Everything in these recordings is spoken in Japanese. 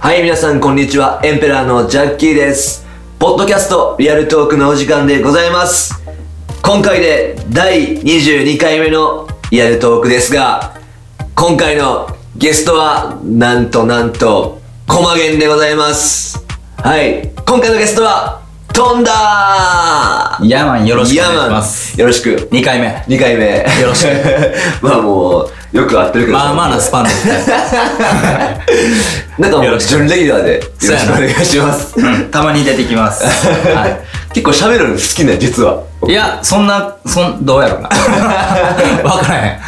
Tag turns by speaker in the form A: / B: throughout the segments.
A: はい、皆さんこんにちは。エンペラーのジャッキーです。ポッドキャストリアルトークのお時間でございます。今回で第22回目のリアルトークですが、今回のゲストは、なんとなんと、コマゲンでございます。はい、今回のゲストは、トンダー
B: ヤーマンよろしくお願いします。
A: ヤーマンよろしく。
B: 2回目。
A: 2回目。
B: よろしく。
A: まあもう、よく合ってるけど。
B: まあまあなスパンで行きたい。
A: なんかも
B: よ
A: う
B: ろしく
A: 準レギュラーでよろ
B: そ
A: し
B: うや
A: くお
B: な
A: 願いします。
B: うん たまに出てきます。は
A: 結構喋るの好きね、実は。
B: い。いや、そんな、そん、どうや ろうな。わからへん。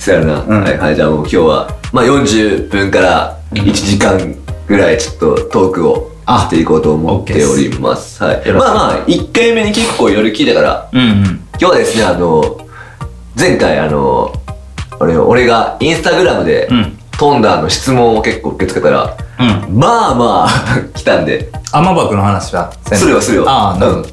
A: そうやな。
B: うん
A: はいはい、じゃあもう今日は、まあ40分から1時間ぐらいちょっとトークを
B: あ
A: していこうと思っております。はい。
B: よろし
A: ま
B: く
A: あまあ、1回目に結構夜聞いたから、
B: うん。うんうん。
A: 今日はですね、あの、前回あの、俺俺がインスタグラムで、
B: うん
A: トンダーの質問を結構受け付けたら、
B: うん。
A: まあまあ来たんで、
B: 雨爆の話はせんの
A: するよするよ。
B: ああ、なるほ
A: うん
B: ど。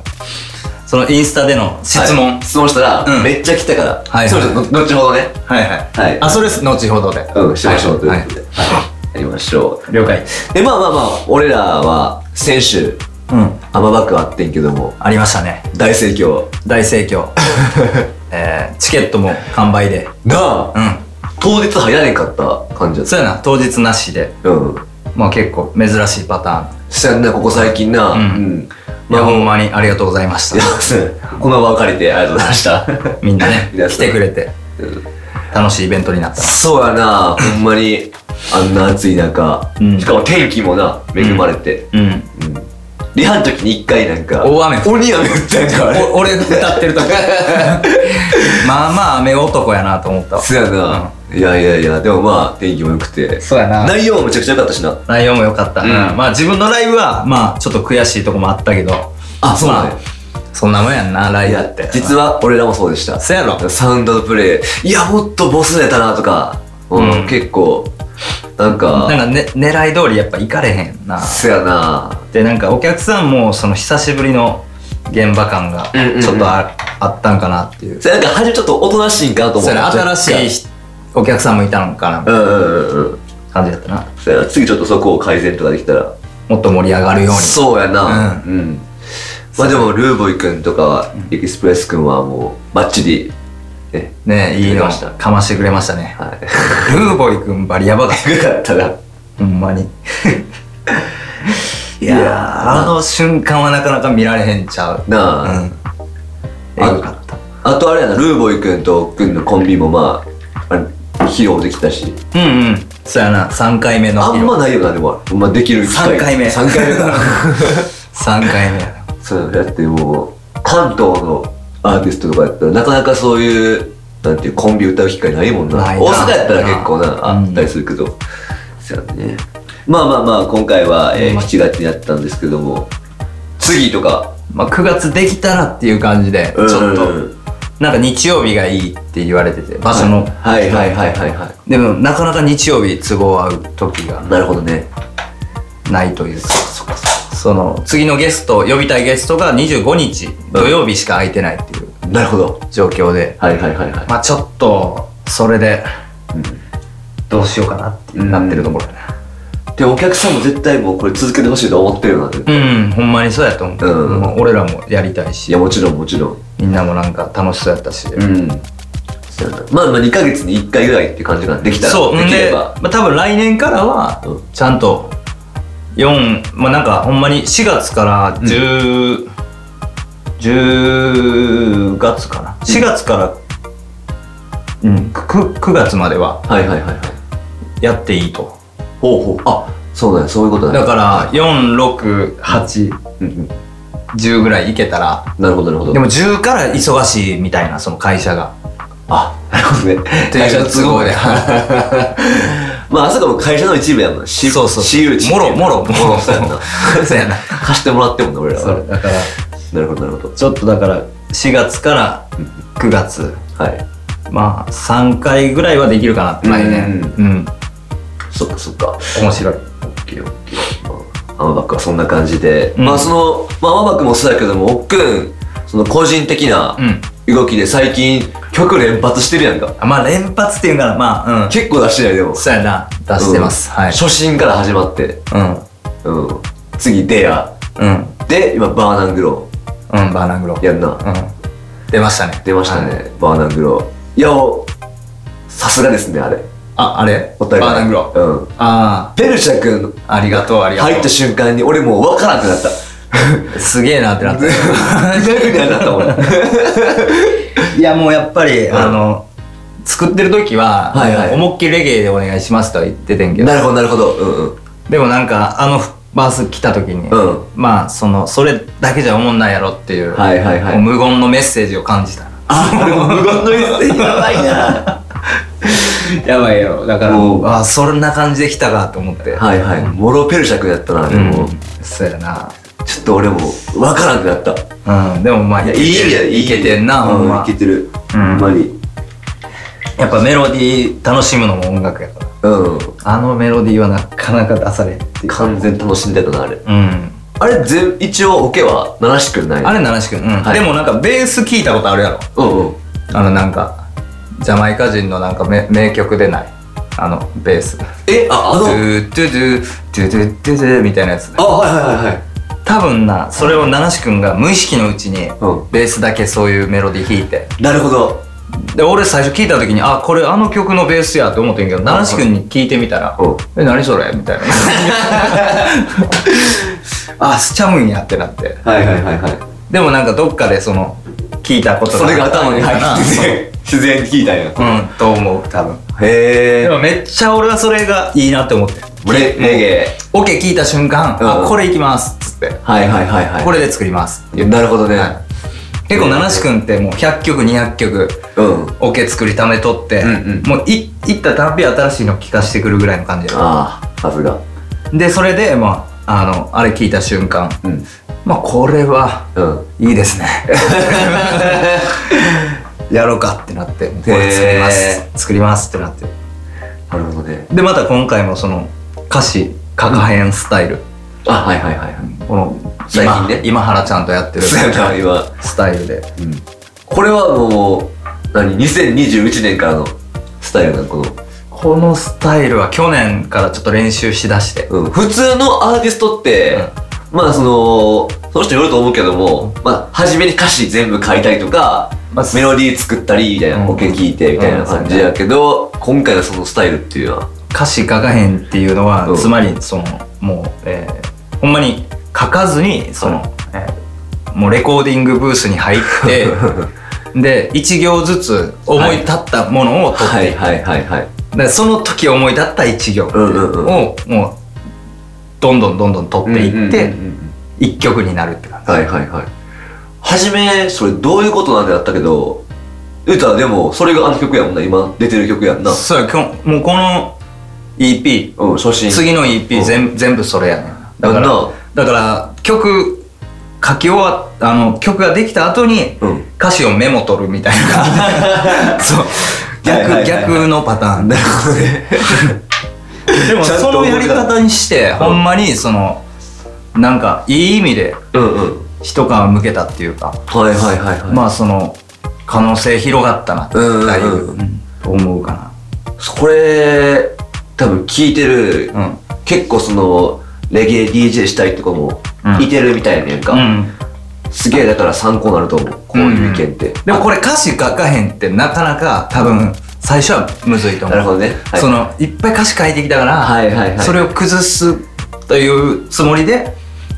B: そのインスタでの質問
A: はい。質問したら、
B: うん
A: めっちゃ来たから、
B: はい
A: そうですの後ほどね
B: はいはい。
A: はい
B: あ、それです。後ほどで。
A: うんしましょうとい
B: はいう
A: ことで、はいやりましょ
B: はい了解。
A: うでまあまあまあ俺らは先週
B: うん。
A: 雨バックあってんけども
B: ありましたね。
A: 大盛況
B: 大盛況。 えーチケットも完売で。
A: なあ
B: うん。
A: 当日入られんかった感じだっ
B: そうやな。当日なしで。
A: たうん
B: まあ結構珍しいパターン。
A: そやんなここ最近な
B: うん
A: ん
B: い
A: ま
B: や、
A: あ
B: ほ
A: もうん
B: まにありがとうございまし
A: いや
B: た。
A: そうこの場を借りてありがとうございました
B: みんな ね、
A: いやそう
B: 来てくれて、楽しいイベントになった。
A: そうやなほんまにあんな暑い中、
B: うん
A: しかも天気もな恵まれて、
B: うん。
A: うんリハの時に一回なんか
B: 大雨
A: 鬼雨降ったやんかあれ
B: お俺歌ってる とこ。まあまあ雨男やなと思ったわ。
A: そうやな、いやいやいやでもまあ天気も良くて
B: そうやな
A: 内容もめちゃくちゃ良かったしな
B: 内容も良かった。
A: うん
B: まあ自分のライブは、まあちょっと悔しいとこもあったけど。
A: あそうなんや
B: まあそんなもんやんな、ラ
A: い
B: イブっ
A: や
B: て。
A: 実は俺らもそうでした
B: そうやろ。
A: サウンドのプレイいやもっとボス出たなとか、うん
B: うん
A: 結構なんか
B: なんかね、狙い通りやっぱ行かれへんな。
A: そうやな
B: でなんかお客さんもその久しぶりの現場感が
A: うんうんうん
B: ちょっとあ,、あったんかなっていう
A: それなんか初めちょっとおとなしいんかなと思
B: そうれ新しい
A: い
B: ひお客さんもいたのかなみた
A: う
B: い
A: んうんうんうん
B: な感じだったな
A: そうやな次ちょっとそこを改善とかできたら
B: もっと盛り上がるように
A: そうやなう、
B: うん
A: まあでもルーボイ君とかエキスプレス君はもうバッチリね
B: ねいい
A: 出て
B: の
A: ました
B: かましてくれましたね
A: はい
B: ルーボイくんバリヤバかった
A: よかったな
B: ほんまに い
A: い
B: や
A: や
B: ーあの瞬間はなかなか見られへんちゃう
A: なあ、
B: うんえぐかった
A: あとあれやな、ルーボイ君とくんのコンビもまあ、あれ披露できたし。
B: うんうんそうやな3回目の
A: あ
B: 披
A: ん
B: 露
A: まないよな、でも。ほんまできる機会。
B: 三回目
A: 3回目 だな。
B: 3回目やな
A: そう、だってもう、関東のアーティストとかやったら、なかなかそういう、なんていう、コンビ歌う機会ないもんな。
B: ないな
A: 大阪やったら結構な、あ
B: うん
A: ったりするけど。そうやね。まあまあまあ、今回は、えー
B: うん
A: 7月にやったんですけども、次とか、
B: まあ、9月できたらっていう感じでち
A: う
B: ょ
A: ん
B: っとなんか日曜日がいいって言われてて場所の、
A: はいはいはいはいは
B: でもなかなか日曜日都合合う時が
A: い。なるほどね。
B: ないというかその次のゲスト呼びたいゲストが25日土曜日しか空いてないっていう
A: なるほど。
B: 状況で、
A: はいはいはいはい。
B: まあちょっとそれで
A: うん
B: どうしようかなってなってるところだな
A: でお客さんも絶対もうこれ続けてほしいと思ってるよなで
B: うん、ほんまにそうやと思う、
A: うん
B: まあ俺らもやりたい
A: い
B: し
A: やもちろんもちろん
B: みんなもなんか楽しそうやったし、
A: んそうやなまあまあ2ヶ月に1回ぐらいって感じができたら
B: そう
A: で
B: ん
A: きれ
B: で、
A: ば
B: まあ、多分来年からは
A: うん
B: ちゃんと4まあなんかほんまに4月から1010、10月かな4月から、うん、9, 月までは
A: はいはいはいはい
B: やっていいと
A: ほうほうあそうだねそういうことだね
B: だから4680
A: うんうん
B: ぐらいいけたら
A: なるほどなるほど
B: でも10から忙しいみたいなその会社が
A: あなるほどね
B: ていう
A: ねまああそこも会社の一部やもんなし
B: そうそう
A: 私有地
B: もろもろもろ
A: そうやんな
B: そうやな
A: 貸してもらってもんな俺ら
B: そ
A: は
B: うだから
A: なるほどなるほど
B: ちょっとだから4月から9月
A: はい
B: まあ3回ぐらいはできるかなって来年うん、
A: そっかそっか
B: 面白い
A: オッケーオッケー。まあ、アマバックはそんな感じで、
B: うん
A: まあその、まあ、アマバックもそうだけども、おっくん、その個人的な
B: うん
A: 動きで最近、曲連発してるやんか。
B: あまあ連発っていうからまあうん
A: 結構出してないでも。
B: そうやな出してます、
A: うん
B: はい
A: 初心から始まって。
B: う
A: うん。次、デア。
B: んうん
A: で、今、バーナングロ
B: うんバーナングロ
A: ー。やんな。
B: うん出ましたね
A: 出ましたね、バーナングロー。いや、さすがですね、あれ。
B: ああれ
A: お互い。
B: バーナングロ
A: うん。
B: あ
A: ペルシャ君
B: あありがとうありがとう
A: 入った瞬間に俺もう分からなくなった。
B: すげえなってなっ
A: ぐにゃぐにゃになったもん。
B: た いやもうやっぱり、
A: ん
B: あの作ってる時は、
A: はいはい
B: 思いっきりレゲエでお願いしますとは言っててんけど
A: なるほど、なるほど。うん
B: でもなんかあのバース来た時に、
A: うん。うん。
B: まあそのそれだけじゃおもんないやろっていう、
A: はいはいはい
B: こう無言のメッセージを感じた
A: あ、無言の一戦やばいな。
B: やばいよだから
A: おう
B: あそんな感じで来たかと思って
A: はいはい。モロペルシャ君やったな、で
B: うん
A: も。
B: そうやな
A: ちょっと俺も分からなくなった。
B: うんでもまあ
A: いい意味だよ、
B: いけてんなほ
A: うんん
B: ま
A: いけてる。
B: う
A: ほ
B: ん
A: んまに。
B: やっぱメロディー楽しむのも音楽やから
A: うん。
B: あのメロディーはなかなか出されへんっていう
A: 完全楽しんでたな、あれ。
B: うん
A: あれ、全、一応、オケは、鳴らしくない。
B: あれ七し君、うん
A: はい
B: でもなんかベース聞いたことあるやろ
A: うんうん。
B: あのなんかジャマイカ人のなんかめ名曲でないあのベース
A: え、あ、あ
B: ド
A: の、
B: ゥドゥドゥドゥドゥドゥドゥみたいなやつ
A: あ、はいはいはいはい。
B: 多分なそれを七志くんが無意識のうちに
A: う
B: ベースだけそういうメロディー弾いて
A: ん。なるほど。
B: で俺最初聞いた時にあこれあの曲のベースやと思ってんけど七志くんに聞いてみたら
A: うん。
B: 「え何それ?」みたいなあスチャムンやってなって
A: はいはいはいはい。
B: でもなんかどっかでその聞いたこと
A: それが頭に入
B: な
A: ってきて、自然に聞いたんや。
B: うんと思う多分
A: へ
B: で
A: ー。
B: もめっちゃ俺はそれがいいなって思って
A: レレゲエ。
B: オケ聞いた瞬間「
A: うん
B: あこれいきます」っつって
A: はいはいはいは
B: 「
A: い。
B: これで作ります」
A: れ、なるほどね。
B: 結構七志くんってもう100曲200曲
A: うん。
B: オケ作りためとって、
A: うんうん
B: もうい行ったたんび新しいの聞かしてくるぐらいの感じや
A: ああ、さすが。
B: でそれでまああのあれ聞いた瞬間
A: うん。
B: まあこれは
A: うん。
B: い いですねやろうかってなってこれ作ります
A: へ
B: 作りますってなって
A: なるほどね。
B: でまた今回もその歌詞書かへんスタイル、
A: あ、はいはいはいはい。
B: この
A: 最近ね
B: 今今原ちゃんとやってる
A: そうやな、今。
B: スタイルで
A: うん。これはもう、何 ?2021 年からのスタイルなのこの。
B: このスタイルは去年からちょっと練習しだして
A: うん。普通のアーティストって、まあその、その人によると思うけども、まあ、初めに歌詞全部書いたりとか、
B: まあ
A: メロディー作ったりみたいな、
B: うん
A: オケ聞いてみたいな感じやけど、今回のそのスタイルっていうのは、
B: 歌詞書かへんっていうのは、
A: うん
B: つまりそのもう、えーほんまに書かずにその、えーもうレコーディングブースに入って で1行ずつ思い立ったものを取って、
A: はいはいはいはい。
B: だからその時思い立った1行を、
A: うんうんうん
B: もうどんどんどんどん取っていって、
A: うんうんうんうん
B: 一1曲になるって感じ、
A: はいはいはい。はじめ、それどういうことなんであったけど、言うたらでも、それがあの曲やもんな、今出てる曲やんな。
B: そうやきょもうこの EP
A: うん、初心。
B: 次の EP
A: うん
B: 全,、全部それやねんだ
A: や
B: か
A: ん
B: ら
A: な。
B: だから曲書き終わっあの曲ができた後に
A: うん。
B: 歌詞をメモ取るみたいな感 じでそう
A: はいはいは
B: 逆
A: い
B: 逆のパター ンで
A: なるほどね。
B: も
A: ちゃんと
B: そのやり方にしてほんまにそのなんかいい意味で
A: うんうん。
B: 一皮向けたっていうか、
A: はいはいはいはい。
B: まあその可能性広がったなって
A: うんうんうん
B: だいぶ、うん思うか
A: これ、多分聞いてる、
B: なうん
A: 結構その、レゲエ DJ したいとかも
B: う、ん
A: いてるみたいやねんか。
B: うん、
A: すげえだから参考になると思う。こういう意見って。
B: でもこれ歌詞書かへんってなかなか多分最初はむずいと思
A: なる
B: う
A: ほどね。はい
B: そのいっぱい歌詞書いてきたから、
A: はいはいはい。
B: それを崩すというつもりで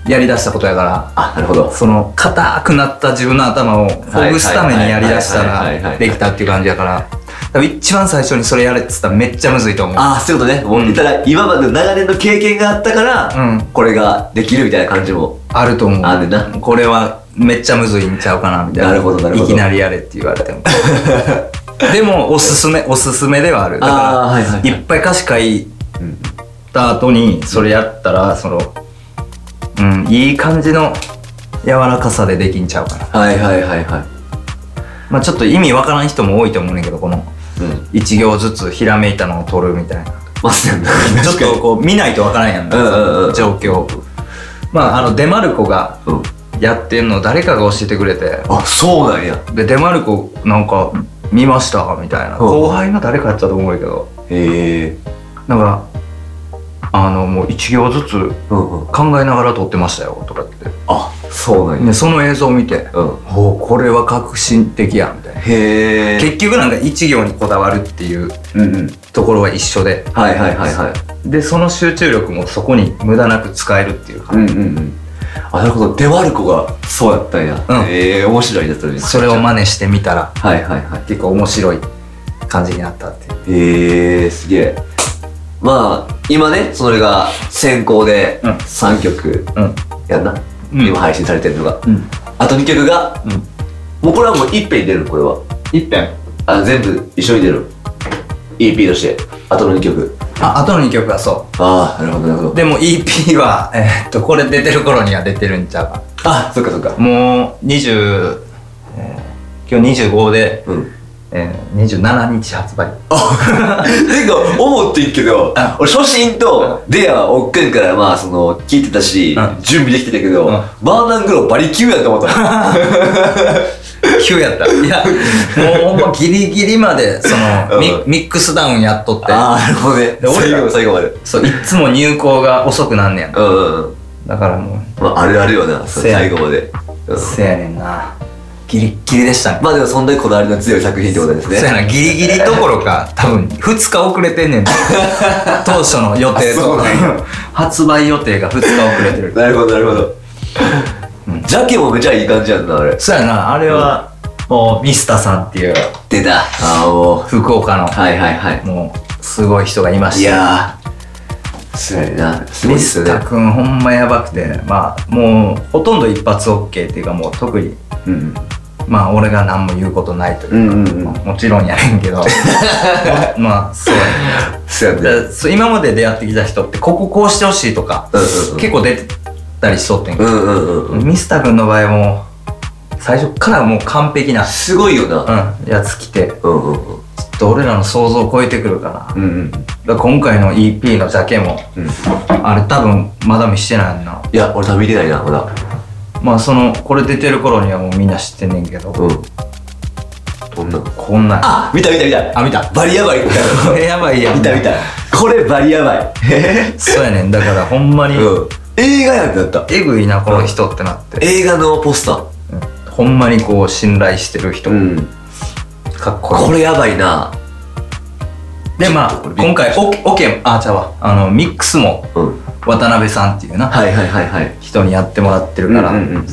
B: やりだしたことやから
A: あ、なるほど。
B: その硬くなった自分の頭をほぐすためにやりだした
A: はいはいはいはいはいは
B: ら
A: い
B: できたっていう感じやから多分一番最初にそれやれって言ったらめっちゃむずいと思う
A: ああ、そういうことね。もう言ったら、今までの長年の経験があったから、
B: うん
A: これができるみたいな感じも。
B: あると思う
A: あるな
B: これはめっちゃむずいんちゃうかなみたいな
A: なるほどなるほど
B: いきなりやれって言われ てもでもおすすめおすすめではあるだ
A: あーはいはい
B: か
A: はい
B: らいっぱい歌詞書い
A: うん
B: った後にそれやったらそのうんいい感じの柔らかさでできんちゃうかな
A: はいはいはいは
B: まあちょっと意味わからん人も多いと思うねんだけどこの
A: い。うん。
B: 一行ずつひらめいたのを取るみたいな
A: まさやな。
B: ちょっとこう見ないとわからんやん
A: うんうんうん
B: 状況まああのデマルコが
A: うん。
B: やってんのを誰かが教えてくれて
A: あ、そうなんや。
B: でデマルコなんか見ましたみたいな
A: うん
B: 後輩の誰かやったと思うけど
A: へえ
B: なんかあのもう1行ずつ
A: うんうん
B: 考えながら撮ってましたよとかって
A: あそうなんや
B: でその映像を見て
A: うん
B: 「おこれは革新的や」みたいな
A: へえ
B: 結局なんか1行にこだわるっていう
A: うんうん
B: ところは一緒で
A: はいはいはいはい
B: でその集中力もそこに無駄なく使えるっていうか、
A: うんうんうんあなるほどデワルコがそうやったんや、
B: うん
A: ええ面白いだったね
B: それを真似してみたら
A: はいはいはい
B: 結構面白い感じになったってい
A: へ
B: う
A: えー、すげえまあ今ねそれが先行で
B: うん
A: 3曲
B: うん
A: やんな、
B: うん
A: 今配信されてるのが
B: うん
A: あと2曲が
B: うん
A: もうこれはもういっぺんに出るのこれは
B: 一遍
A: あ全部一緒に出る EP としてあとの2曲
B: ああとの2曲はそ
A: ああなるほどなるほ
B: う
A: ど
B: でも EP は、えーっとこれ出てる頃には出てるんちゃうか
A: あそっかそっか
B: もう20、えー今日25で、
A: うん
B: えー、27日発売
A: てか思っていいけど
B: うん
A: 俺初心と出会はおっくんからまあその聞いてたし
B: うん
A: 準備できてたけど
B: うん
A: バーナングローバリ級やと思った
B: 9やったいやもうほんまギリギリまでその、ミ
A: う
B: ミックスダウンやっとって
A: ああなるほどね
B: で俺ら
A: 最後最後まで
B: そういっつも入稿が遅くなんねやん
A: うんうんうん
B: だからもう
A: まあ、あるあるよな、
B: せや
A: 最後まで。うん
B: せやねんなギリッギリでしたね
A: まあでも、そんなにこだわりの強い作品ってことですね。
B: そうやなギリギリどころか多分2日遅れて んねん当初の予定
A: あそう
B: と
A: なんや
B: 発売予定が2日遅れてる
A: なるほど、なるほど。ジャケもめちゃいい感じやんな、あれ。
B: そうやなあれはもうミスタさんっていう
A: 出た。ああ、もう。
B: 福岡の
A: はいはいはい。
B: もうすごい人がいまし
A: い
B: た
A: やー、すごいな。すごい
B: ミ
A: っす
B: ス
A: よね。
B: タくんほんまやばくてまあもうほとんど一発 OK っていうかもう特に
A: うん。
B: まあ俺が何も言うことないという
A: う
B: か、
A: んうんうん。
B: もちろんやねん けどまあそうやね
A: そうやね。
B: だそう今まで出会ってきた人ってこここうしてほしいとか、
A: うんうんうん
B: 結構出てたりしとってんけ
A: う
B: ど、
A: んうんうんうん。
B: ミスター君の場合も最初からもう完璧な、
A: すごいよな。
B: うん、やつ来てちょ
A: うんうんうん。
B: っと俺らの想像を超えてくるから
A: うんうん。
B: だから今回の EP のジャケも
A: うん。
B: あれ多分まだ見してないな。
A: いや、俺多分見てないな、まだ。
B: まあそのこれ出てる頃にはもうみんな知ってんねんけど、
A: うん。どんなの
B: こんなん
A: あ見た見た見た。
B: あ見た
A: バリヤバい みたい
B: これ やばいや
A: な。
B: ん
A: 見た見た。これバリヤバい。
B: そうやねんだからほんまに、
A: うん。映画やんってなった。
B: えぐいなこの人ってなって、
A: 映画のポスター。
B: ほんまにこう信頼してる人、
A: うん。
B: かっこいい
A: これやばいな。
B: でまあ今回オケオケあちゃうわあのミックスも
A: うん。
B: 渡辺さんっていうな、
A: はいはいはいはい。
B: 人にやってもらってるから、
A: うんうんうん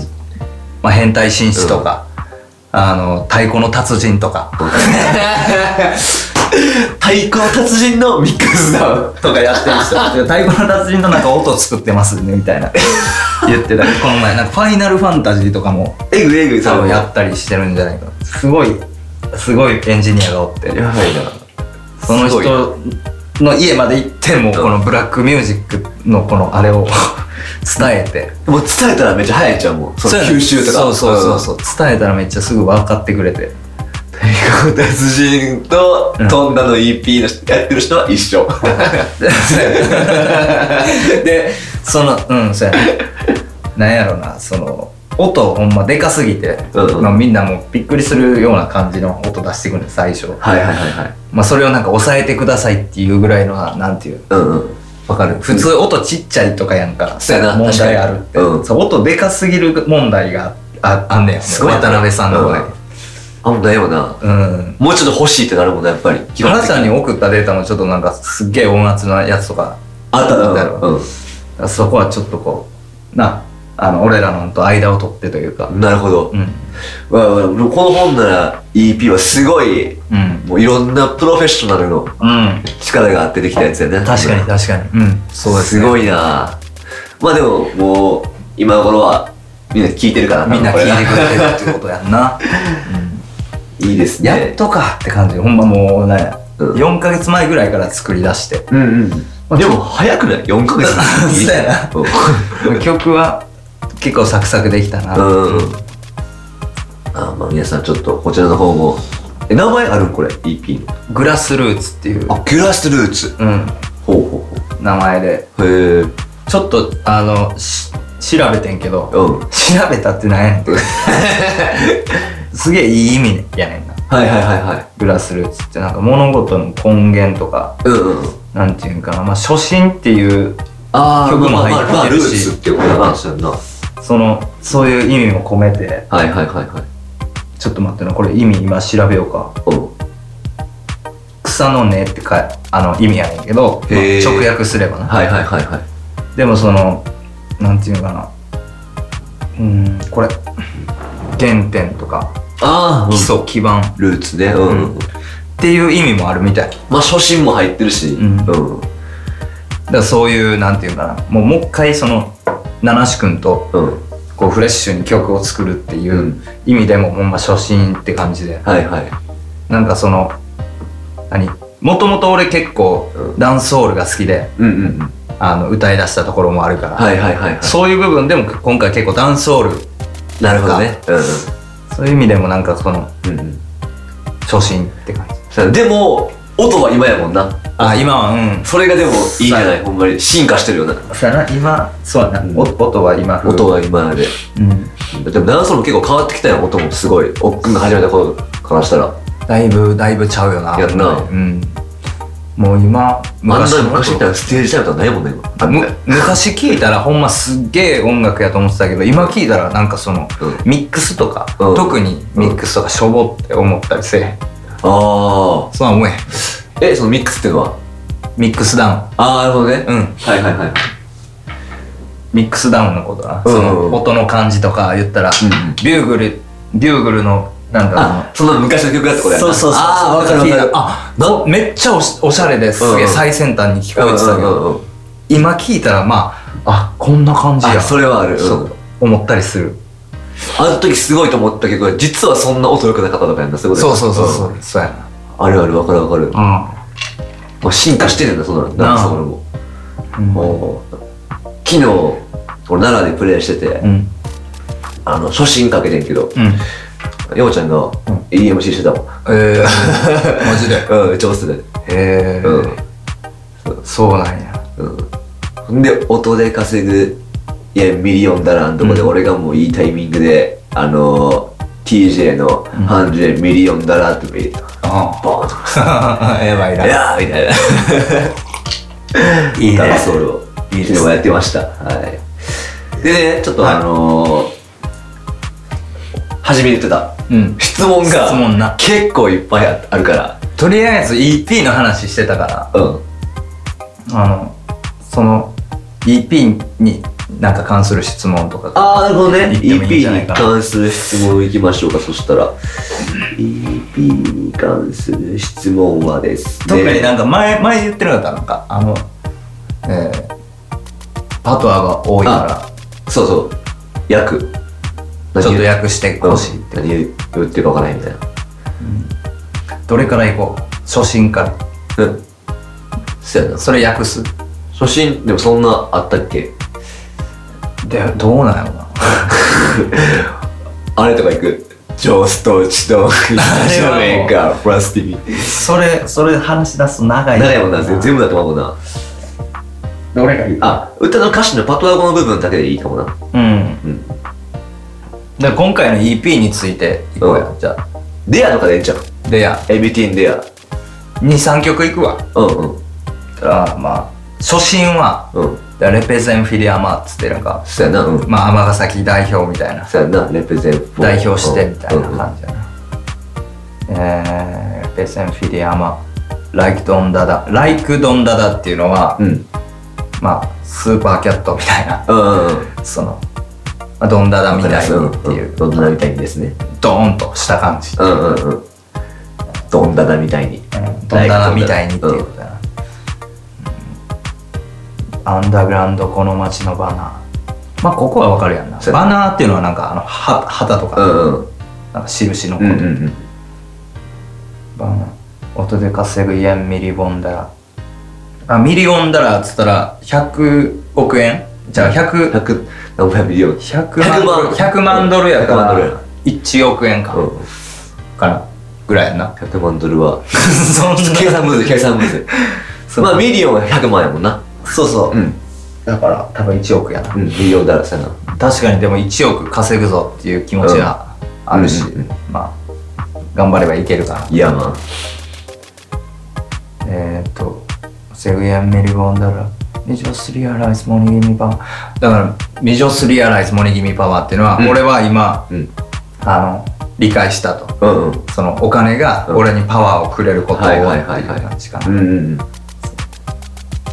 B: まあ、変態紳士とか、あの太鼓の達人とか
A: 太鼓の達人のミックスダウン。
B: とかやってる人 太鼓の達人のなんか音作ってますねみたいな言ってたこの前なんか「ファイナルファンタジー」とかも
A: えぐえぐ
B: 多
A: 多
B: 分
A: 分
B: や
A: や
B: ったりしてるんじゃないかなすごいすごいエンジニアがおって
A: やばいな。
B: その人の家まで行ってもうこのブラックミュージックのこのあれを 伝えて。
A: もう伝えたらめっちゃ早いじゃん、もう。その
B: うやね
A: 吸収とか。
B: そうそうそうそう、伝えたらめっちゃすぐ分かってくれて
A: うん。太鼓 の達人と、
B: うん
A: 飛んだの EP の人やってる人は一緒。
B: でそのうんそうやななんやろなその音ほんまでかすぎて、
A: うんうん
B: まあ、みんなもうびっくりするような感じの音出してくる最初、
A: はいはいはいはい。
B: まあ、それをなんか抑えてくださいっていうぐらいのなんていう
A: うんうん。
B: わかる普通音ちっちゃいとかやんから、
A: そうやな
B: 問題あるって、
A: 確かにうん
B: そう音でかすぎる問題がああんねん
A: すごいな
B: 渡辺さんの場合、
A: あんまないよな。
B: うん、
A: もうちょっと欲しいってなるもんな、やっぱり。基本
B: あ
A: 的
B: なたに送ったデータもちょっとなんかすっげえ音圧なやつとか
A: あった
B: だ
A: な。
B: ろ
A: う
B: そこはちょっとこうなあの俺らのほんと間を取ってというか
A: ん。なるほど
B: う。ん
A: わあわあこの本なら EP はすごい
B: うん
A: もういろんなプロフェッショナルの
B: うん
A: 力が出てきたやつやね
B: 確かに確かにうんそうですす、ね、
A: ご
B: い
A: いなまあでももう今頃はみんな聞いてるから
B: みんな
A: こ
B: 聞い
A: れが
B: てくれてるっていうことやん な、
A: いいです
B: うん、やっ
A: ね
B: とかって感じほんまもうね、
A: うん
B: 4ヶ月前ぐらいから作り出して
A: うんうんでも早くない4ヶ月
B: そうやな曲は結構サクサクできたな、
A: うんうんあまあ皆さんちょっとこちらの方もえ名前あるんこれ EP の
B: グラスルーツっていう、
A: あグラスルーツ
B: うん、
A: ほうほう
B: 名前で
A: ほうへえ
B: ちょっとあのし調べてんけど、
A: うん
B: 調べたってなんやねんすげえいい意味やねんな
A: はいはいはいはい
B: グラスルーツってなんか物事の根源とか
A: うんうん
B: なんていうんかなまあ初心っていう
A: ああ
B: 曲も入っ
A: まあ
B: てるし
A: まあまあルーツってことな話やんなは
B: そのそういう意味も込めて
A: いはいはいはい
B: ちょっと待ってなこれ意味今調べようか
A: う
B: 草の根ってかあの意味やねんけど、まあ
A: へー
B: 直訳すれば
A: ん
B: な、
A: はいはいはいはい
B: でもそのなんていうのかなうーんこれ原点とか
A: ああ
B: 基礎基盤っ
A: ルーツねうんうんうん
B: ていう意味もあるみたい
A: まあ初心も入ってるし
B: う
A: うん
B: んだからそういうなんていうかなもうもう一回その七志くんと
A: うん
B: こうフレッシュに曲を作るっていううん意味でもほんま初心って感じで
A: はいはい
B: なんかその何もともと俺結構
A: うん
B: ダンスホールが好きで
A: うんうんうん
B: あの歌い出したところもあるから、
A: はいはいはいは
B: そういう部分でも今回結構ダンスホール
A: いなるほどね
B: そういう意味でもなんかその
A: うんうんうん
B: 初心って感じ
A: うんでも音は今やもんな
B: あ今はうん
A: それがでもいいじゃないほんまに進化してるよな
B: そうやな今そうやな、
A: うん
B: お音は今風
A: 音が今やで
B: うん
A: でもダンスも結構変わってきたよ音もすごいおっくんが始めたことからしたら
B: だいぶだいぶちゃうよな
A: やんな
B: うんもう今
A: あんな
B: の
A: 昔みたいなステージタイムとかないもんね今あん
B: む
A: な
B: 昔聞いたらほんますっげえ音楽やと思ってたけど今聞いたらなんかその
A: うん
B: ミックスとか、
A: うん
B: 特にミックスとかしょぼって思ったりせえへん
A: あ
B: そんなん思えへん
A: あえそのミックスっていうのは
B: ミックスダ
A: ああなるほどね
B: ウンうん
A: はいはいはいはい
B: ミックスダウンのことだな、
A: うん
B: その音の感じとか言ったら、
A: ん
B: ビューグルビューグルのなんだろうな
A: あそんな昔の曲やったこれ
B: そうそうそう
A: ああわかるわかる
B: あなめっちゃおしおしゃれです
A: うん
B: げ
A: う
B: え
A: ん
B: 最先端に聞
A: うん
B: こえてたけど、
A: うんうんうん
B: 今聞いたらまああこんな感じや
A: あそれはある
B: そ
A: うん
B: う思ったりする
A: あの時すごいと思ったけど実はそんな音良くなかったとかやんなそういうこと
B: そ
A: や
B: うそうそうそ
A: ん
B: うそうやな
A: あるあるわかるわかる
B: う
A: まあ進化してるんだそんな
B: な
A: の
B: あ
A: そこも
B: ん
A: もう昨日俺奈良でプレイしてて
B: うん
A: あの初心かけてんけど
B: うん
A: ようちゃんが EMC してたもん
B: えー、マジで
A: うんめっちゃおすすめ
B: へえ、
A: うん
B: そうなんや
A: ほんで音で稼ぐいやミリオンだらんとこで、
B: うん
A: 俺がもういいタイミングであのー TJ の
B: ん
A: ハンジェミリオンだらって見えて
B: あ
A: ボーンとか
B: あ やばい
A: いやーみたいな
B: いい
A: ダン
B: ね
A: スホールを
B: いいです
A: 昨日やってましたはいでねちょっと
B: はい
A: あのー初めに言ってた
B: うん
A: 質問が
B: 質問な
A: 結構いっぱいああるから
B: とりあえず EP の話してたから
A: うん
B: あのその EP になんか関する質問とか
A: ああなるほどね
B: 言ってもいいんじゃ
A: EP
B: な
A: に
B: いかな
A: 関する質問いきましょうかそしたら EP に関する質問はですね
B: 特になんか前前言ってなかったなんかあのえー、パトアが多いか
A: そうそう約
B: らちょっと
A: や
B: 訳してほしいって、
A: 何言ってるかわからないみたいな
B: どれからいこう初心か
A: う
B: ら
A: んそうやな
B: それ訳す
A: 初心でもそんなあったっけ
B: でどうなんやろな
A: あれとか行くジョーストーチとジ
B: れ
A: ャ
B: はもう
A: メイカプラスティビ
B: それそれ話し出すと長い
A: 長いもんな全部だと思うな
B: どれがいい
A: あ歌の歌詞のパトワゴの部分だけでいいかもな
B: うん、
A: うん
B: で今回の EP についていこうや、
A: う
B: じゃあ
A: デアとかでええんちゃう
B: でや
A: エビティンデア
B: 23曲いくわ
A: うんうん
B: あまあ初心は
A: うん
B: だレペゼンフィリアマーっつってなんか
A: そうやなうん
B: まあ尼崎代表みたいな
A: そうやなレプゼンフォー
B: 代表してみたいな
A: うんうん
B: 感じだな、えー、レペゼンフィリアマ Like ドンダダ Like ドンダダっていうのは、
A: うん
B: まあスーパーキャットみたいな
A: うんうん
B: その、まあ、ドンダダみたいにっていう、
A: ドンダナみたいにですね
B: ドーンとした感じ
A: うんうんうんドンダナみたいに
B: ドンダナみたいにっていうことだな、うんアンダーグラウンドこの街のバナーまあここはわかるやんな
A: そうや
B: バナーっていうのはなんかあのは旗と
A: う
B: か
A: んうん
B: なんか印のこ
A: う
B: と、
A: んうん
B: バナー音で稼ぐ円ミリボンダラあミリオンダラっつったら100億円じゃあ100
A: 100何百ミリオン
B: 100万ドル
A: 100
B: 100
A: 万
B: 万ドルやか
A: 100万ドルや
B: ら1億円か、
A: うん
B: からぐらいやな
A: 100万ドルは
B: そん
A: 計算むずい計算むずいまあミリオンは100万やもんな
B: そうそう、
A: うん
B: だから多分1億やな
A: うんミリオンダラそうやな
B: 確かにでも1億稼ぐぞっていう気持ちがあるし、
A: うんうんうん
B: ま頑張ればいけるかな。
A: いやま
B: えーっと、セグヤンメリボンダラ、メジョスリアライズモニギミパワー。だから、メジョスリアライズモニギミパワーっていうのは、
A: うん
B: 俺は今、
A: うん
B: あの、理解したと。
A: あうんうん
B: そのお金が
A: うん
B: 俺にパワーをくれることをって
A: はいいうはいはいはい
B: 感じかな。
A: うんうん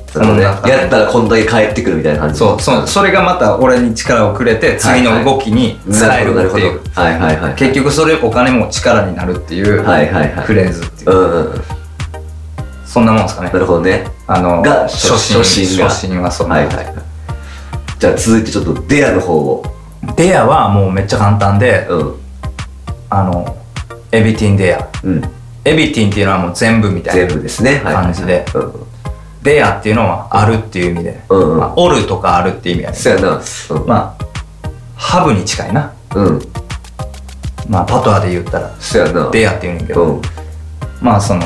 A: そ
B: その
A: のね
B: 中で
A: やったらこんだけ返ってくるみたいな感じ
B: そう、そのそれがまた俺に力をくれて、次の動きに伝
A: な
B: え
A: るほどなる
B: るっ
A: ほ
B: て
A: ど
B: いう。
A: はいはいはい
B: 結局それお金も力になるっていう
A: はいはいはい
B: フレーズっていう、
A: うんうんうん
B: そんなもんですかね
A: なるほどね
B: あの
A: が
B: 初心
A: 初心が
B: 初心はそんな、
A: はいはいはいじゃあ続いてちょっとデアの方を
B: デアはもうめっちゃ簡単で、
A: うん
B: あのエビティンデア
A: うん
B: エビティンっていうのはもう全部みたい
A: 全
B: な
A: 部ですねはい
B: 感じで
A: うん
B: デアっていうのはあるっていう意味で、
A: うんうん
B: まあ、おるとかあるっていう意味やね
A: そうやな
B: まあハブに近いな
A: うんうん
B: まあパトアで言ったら
A: そうやな
B: デアっていうんやけ
A: う
B: ど、
A: ん
B: まあその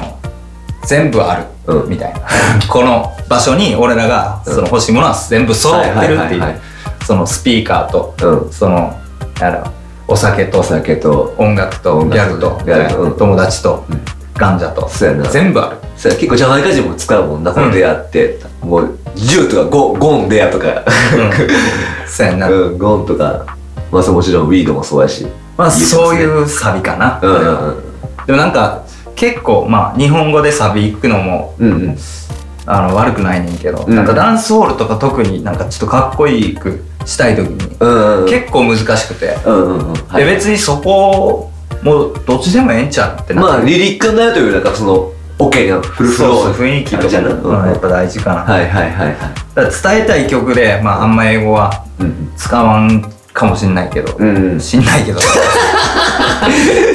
B: 全部あ
A: う
B: る
A: ん
B: みたいな、 この場所に俺らがその欲しいものは全部揃ってる
A: は
B: っ
A: いは
B: て
A: い
B: い
A: はいは
B: うそのスピーカーと
A: うん
B: そのあのお酒と
A: お酒と
B: 音楽と
A: 音
B: ギ
A: 楽
B: ャルと
A: ギャルとうん
B: 友達と
A: うん
B: ガンジャと
A: そうやな
B: 全部ある
A: そうや結構ジャマイカ人も使うもんなこのデアってもう10とかゴゴンデアとか
B: そうやな
A: うんゴンとかまあそうもちろんウィードもそうやし
B: まあ
A: いいですね
B: そういうサビかな
A: うんうん
B: でもなんか結構まあ日本語でサビ行くのも
A: うんうん
B: あの悪くないねんけど
A: うん
B: なんかダンスホールとか特になんかちょっとかっこいいくしたい時に
A: うんうん
B: 結構難しくて
A: うんうんうんはい
B: で別にそこもうどっちでもええんちゃうってな
A: まあリリックになるというよりなんかそのオッケーなフルフロー
B: そうそう雰囲気
A: あれ
B: と
A: じゃ
B: か
A: ない
B: もまあやっぱ大事かな
A: はいはいはいはい
B: だから伝えたい曲で、まあ、あんま英語は
A: うん
B: 使わんかもしんないけど、
A: うんうん
B: しんないけ ど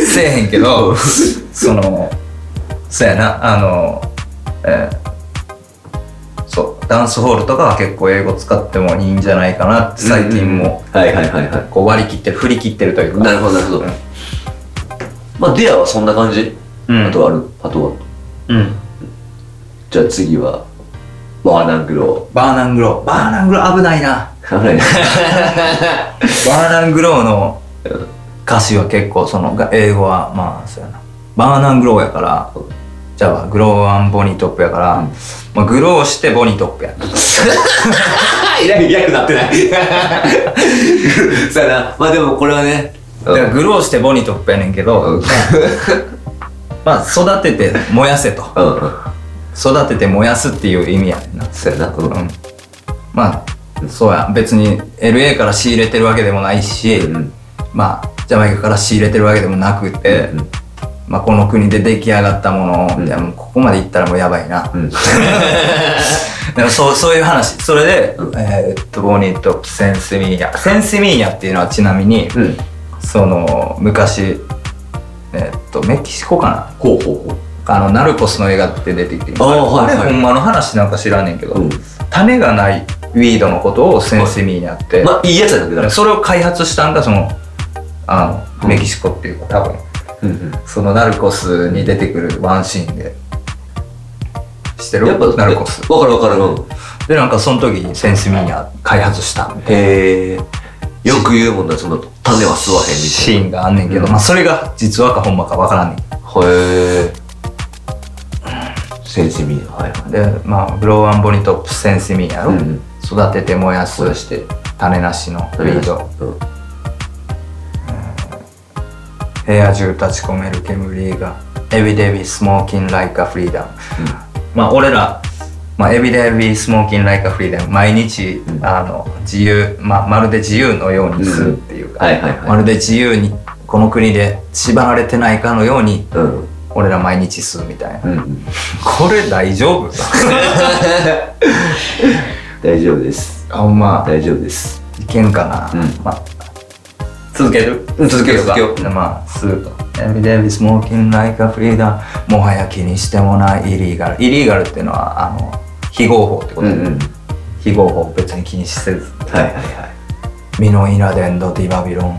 B: せえへんけどそのそうやなあの、えーそうダンスホールとかは結構英語使ってもいいんじゃないかなって最近も
A: うんはいはいはいは
B: こう割り切って振り切ってるという
A: いな
B: か、
A: るほどなるほど
B: うん
A: まあデアはそんな感じ
B: うん
A: あとはあるあとは
B: うん、
A: じゃあ次はバーナングロ
B: バーナングローバーナングロー危ないな
A: ー危ないね
B: バーナングローの歌詞は結構そのが英語はまあそうやなバーナングローやからじゃあグローアンボニートップやから、
A: うん
B: まあ、グローしてボニートップや
A: いやいやくなってないそうやなまあでもこれはね
B: だからグローしてボニートップやねんけど、
A: うん
B: まあ育てて燃やせと
A: うんうん
B: 育てて燃やすっていう意味やねんな
A: そうやなうん
B: うんまあそうや別に LA から仕入れてるわけでもないし、
A: うん
B: まあジャマイカから仕入れてるわけでもなくて、
A: うん
B: まあ、この国で出来上がったものを、
A: うん
B: いやもうここまで行ったらもうやばいな、
A: うん
B: でもそうそういう話それで、えーっとボニーとセンスミーニャセンスミーニャっていうのはちなみに、
A: うん
B: その昔えーっとメキシコか
A: ほうほうほう
B: なあのナルコスの映画って出てきて
A: ああはい
B: あ
A: はい
B: れほんまの話なんか知らんねんけど、
A: うん
B: 種がないウィードのことをセンスミーニャって、
A: まあいいやつやなくなる
B: それを開発したんがそのあの、
A: うん
B: メキシコっていうか多分
A: うん
B: そのナルコスに出てくるワンシーンでして
A: うん
B: る
A: やっぱ
B: ナルコス
A: わかるわかるうん
B: でなんかその時にセンスミーニャ開発した
A: へえよく言うもんなその種は吸わへんみた
B: シーンがあんねんけど、
A: うん
B: まあ、それが実話かほんまかわからんねん
A: いなへえ先生見はいは
B: でまあグローアンボニトップセンスミーニャ
A: い
B: ろ、
A: うん
B: 育てて燃やすして種なしのウィード
A: うん
B: 部屋中立ち込める煙がエビデビスモーキンライカフリーダムまあ俺らまあ、エビデビスモーキンライカフリーダム毎日、
A: うん
B: あの自由、まあ、まるで自由のようにするっていうか、
A: はいはい
B: ま
A: は
B: るで自由にこの国で縛られてないかのように
A: いうん
B: 俺ら毎日吸うみたいな、
A: うんうん
B: これ大丈夫
A: 大丈夫です
B: あほんま
A: 大丈夫です
B: いけんかな、
A: うん
B: まあ、続ける
A: うん続けよう
B: 続けよ
A: 続けよ
B: うまあ吸うと「エビデビスモーキンライカフリーダムもはや気にしてもないイリーガル」イリーガルっていうのはあの非合法ってこと、
A: うん
B: 非合法を別に気にせず
A: はいはいは
B: ミノイナデン・ドティ・バビロン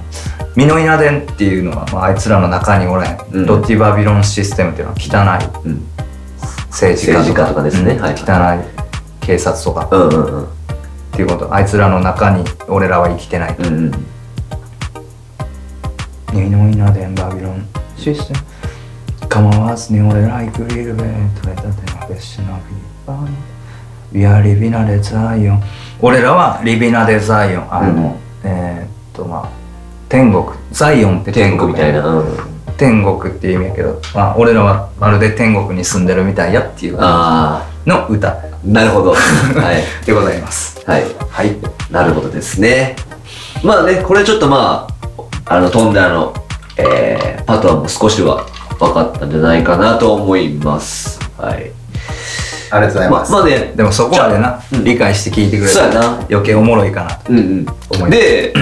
B: ミノイナデンっていうのは、まあ、あいつらの中におらへん、
A: うん
B: ドティ・バビロンシステムっていうのは汚い
A: いうん
B: 政治家
A: 政治家
B: とか
A: とかですね
B: うん
A: はい
B: 汚い警察とか
A: うんうんうん
B: っていうことあいつらの中に俺らは生きてない、
A: うんうん
B: ミノイナデン・バビロンシステム Come on, new like real way, トレタテマベシナビバン。We are Livina d e s i o n 俺らはリビナデザイオン。あの、えーっとまあ、天国。ザイオンって
A: 天国みたいな。。うん
B: 天国っていう意味やけど、まあ、俺らはまるで天国に住んでるみたいやっていう
A: あ
B: の歌
A: あ、なるほ ど。はい。
B: でございます。
A: はい。
B: はい。
A: なるほどですね。まあね、これちょっとまあ、あの、飛んだあの、えー、パトはもう少しは分かったんじゃないかなと思います。はい。
B: ありがとうござい
A: まあ、まあね、
B: でもそこまでな、
A: うん
B: 理解して聞いてくれ
A: そう
B: た
A: や
B: ら
A: な
B: 余計おもろいかな
A: う
B: と。
A: ん
B: 思いま
A: うん。
B: す
A: で、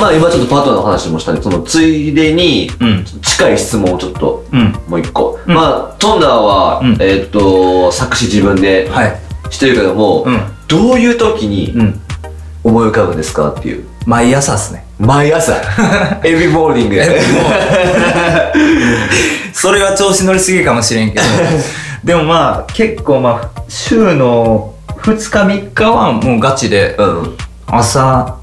A: まあ今ちょっとパトの話もしたね。その、ついでに、
B: うん。
A: 近い質問をちょっと、
B: うん。
A: もう一個。
B: うん
A: まあ、トンダーは、
B: うん
A: えーっと、作詞自分で
B: はい。
A: してるけども、
B: うん。
A: どういう時に
B: うん。
A: 思い浮かぶんですかっていう。
B: 毎朝っ すね。
A: 毎 朝エビモーニング
B: えもうそれは調子乗りすぎかもしれ んけど。でもまあ、結構まあ、週の2日3日はもうガチで、
A: うん
B: 朝、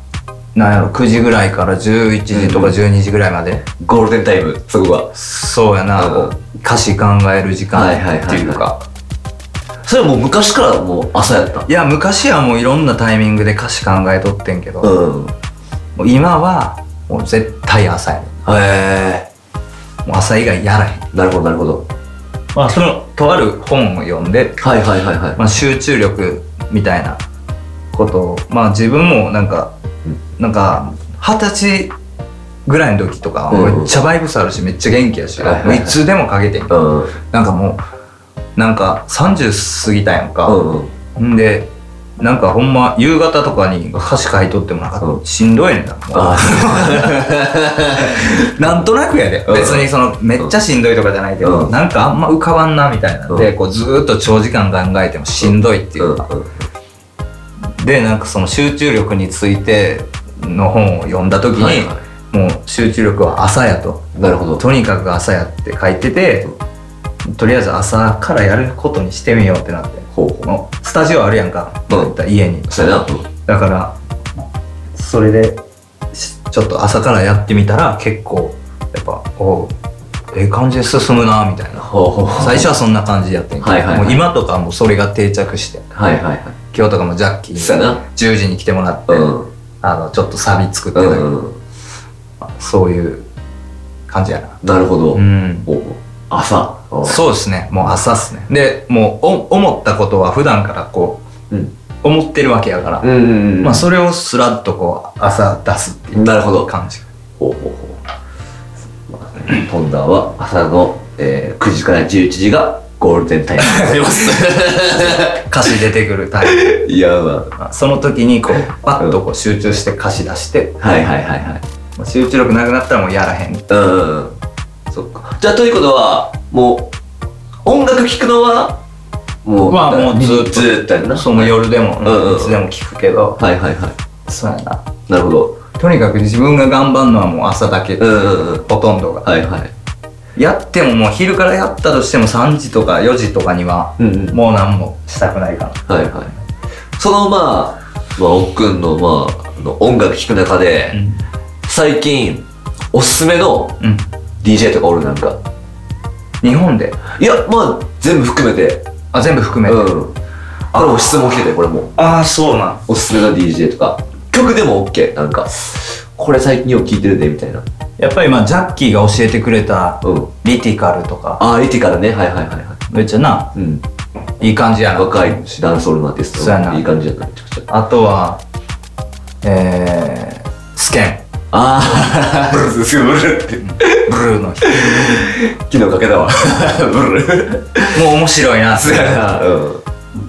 B: なんやろ、9時ぐらいから11時とか12時ぐらいまで。
A: ゴールデンタイムそこは
B: そうやな、
A: うん
B: こう歌詞考える時間っていう
A: は
B: か。
A: それはもう昔からもう朝やった
B: いや、昔はもういろんなタイミングで歌詞考えとってんけど、
A: うんへ
B: もう今はもう絶対朝やね
A: え
B: んもう朝以外やらへん
A: なるほどなるほど
B: まあそのとある本を読んで、
A: はいはいはいはい
B: まあ、集中力みたいなことをまあ自分もなんか、なんか二十歳ぐらいの時とか
A: うん
B: めっちゃバイブスあるしめっちゃ元気やし、
A: はいはい
B: も
A: は
B: う
A: い
B: いつでもかけてん
A: うん
B: なんかもうなんか30過ぎたやんか、
A: うんうん
B: んでなんかほんま夕方とかに歌詞書いとってもなんか
A: うん
B: しんどいねんな、もう
A: あ
B: なんとなくやで、
A: うん
B: 別にそのめっちゃしんどいとかじゃないけど、
A: うん
B: なんかあんま浮かばんなみたいなんで、
A: うん
B: こうずーっと長時間考えてもしんどいっていうか、でなんかその集中力についての本を読んだ時に、
A: はいは
B: もう集中力は朝やと
A: いなるほど
B: とにかく朝やって書いてて、とりあえず朝からやることにしてみようってなって
A: ほうほう
B: もうスタジオあるやんか、
A: うん
B: そういった家に
A: そうやな
B: だからそれでしちょっと朝からやってみたら結構やっぱおうええ感じで進むなみたいな
A: ほうほうほう
B: 最初はそんな感じやってんけど、
A: はいはいはい
B: もう今とかもうそれが定着して
A: はいはいはい
B: 今日とかもジャッキーに
A: そうやな
B: 10時に来てもらって、
A: うん
B: あのちょっとサビ作って
A: う
B: たり、
A: んうん
B: そういう感じやな
A: なるほど
B: うん
A: ほうほう朝
B: そうですねもう朝っすねでもうお思ったことは普段からこ
A: ううん
B: う思ってるわけやから、
A: うんうんうん
B: まあそれをスラッとこう朝出すっていう
A: なるほど
B: 感じ
A: ほうほうほうまあね。トンダーは朝の、えー9時から11時がゴールデンタイムでございます。
B: 歌詞出てくるタイ
A: いやま
B: プその時にこうパッとこう集中して歌詞出して
A: あ。はいはいはいはい。
B: もう集中力なくなったらもうやらへん
A: うんうん。そっか。じゃあということは、もう、音楽聴くのは、もう、
B: はもうずっと
A: ずっとやんな。
B: その夜でも、
A: うんうん
B: いつでも聞くけど
A: はいはいは。
B: そうやない
A: なるほど。
B: とにかく自分が頑張るのはもう朝だけ、
A: うんうんうん。
B: ほとんどが
A: はいはい。
B: やってももう昼からやったとしても3時とか4時とかには
A: うんうん。
B: もう何もしたくないかな
A: はいはい。そのまあ、まあ、おっくんのまああの、音楽聴く中で、
B: うん、
A: 最近、おすすめの
B: うん、
A: DJ とかおるなんか。
B: 日本で
A: いや、まあ、全部含めて。
B: あ全部含めて、
A: うん。あれも質問来てて、これも。
B: ああそうなん
A: おすすめの DJ とか。曲でも OK。なんか、これ最近よく聴いてるね、みたいな。
B: やっぱりまあジャッキーが教えてくれた
A: うん。
B: リティカルとか
A: ああ、リティからね。はいはいはいはい。
B: めっちゃな
A: うん。
B: いい感じやな
A: 若いダンスオールのアーティス
B: そうや
A: ト。
B: ない
A: い感じだった、めちゃくちゃ。
B: あとは、えー、スケン、
A: ああ、ブルー すごいブルーって。
B: ブルーの人。
A: 昨日かけたわ。 ブルー。
B: もう面白いな、
A: そう やな。うん。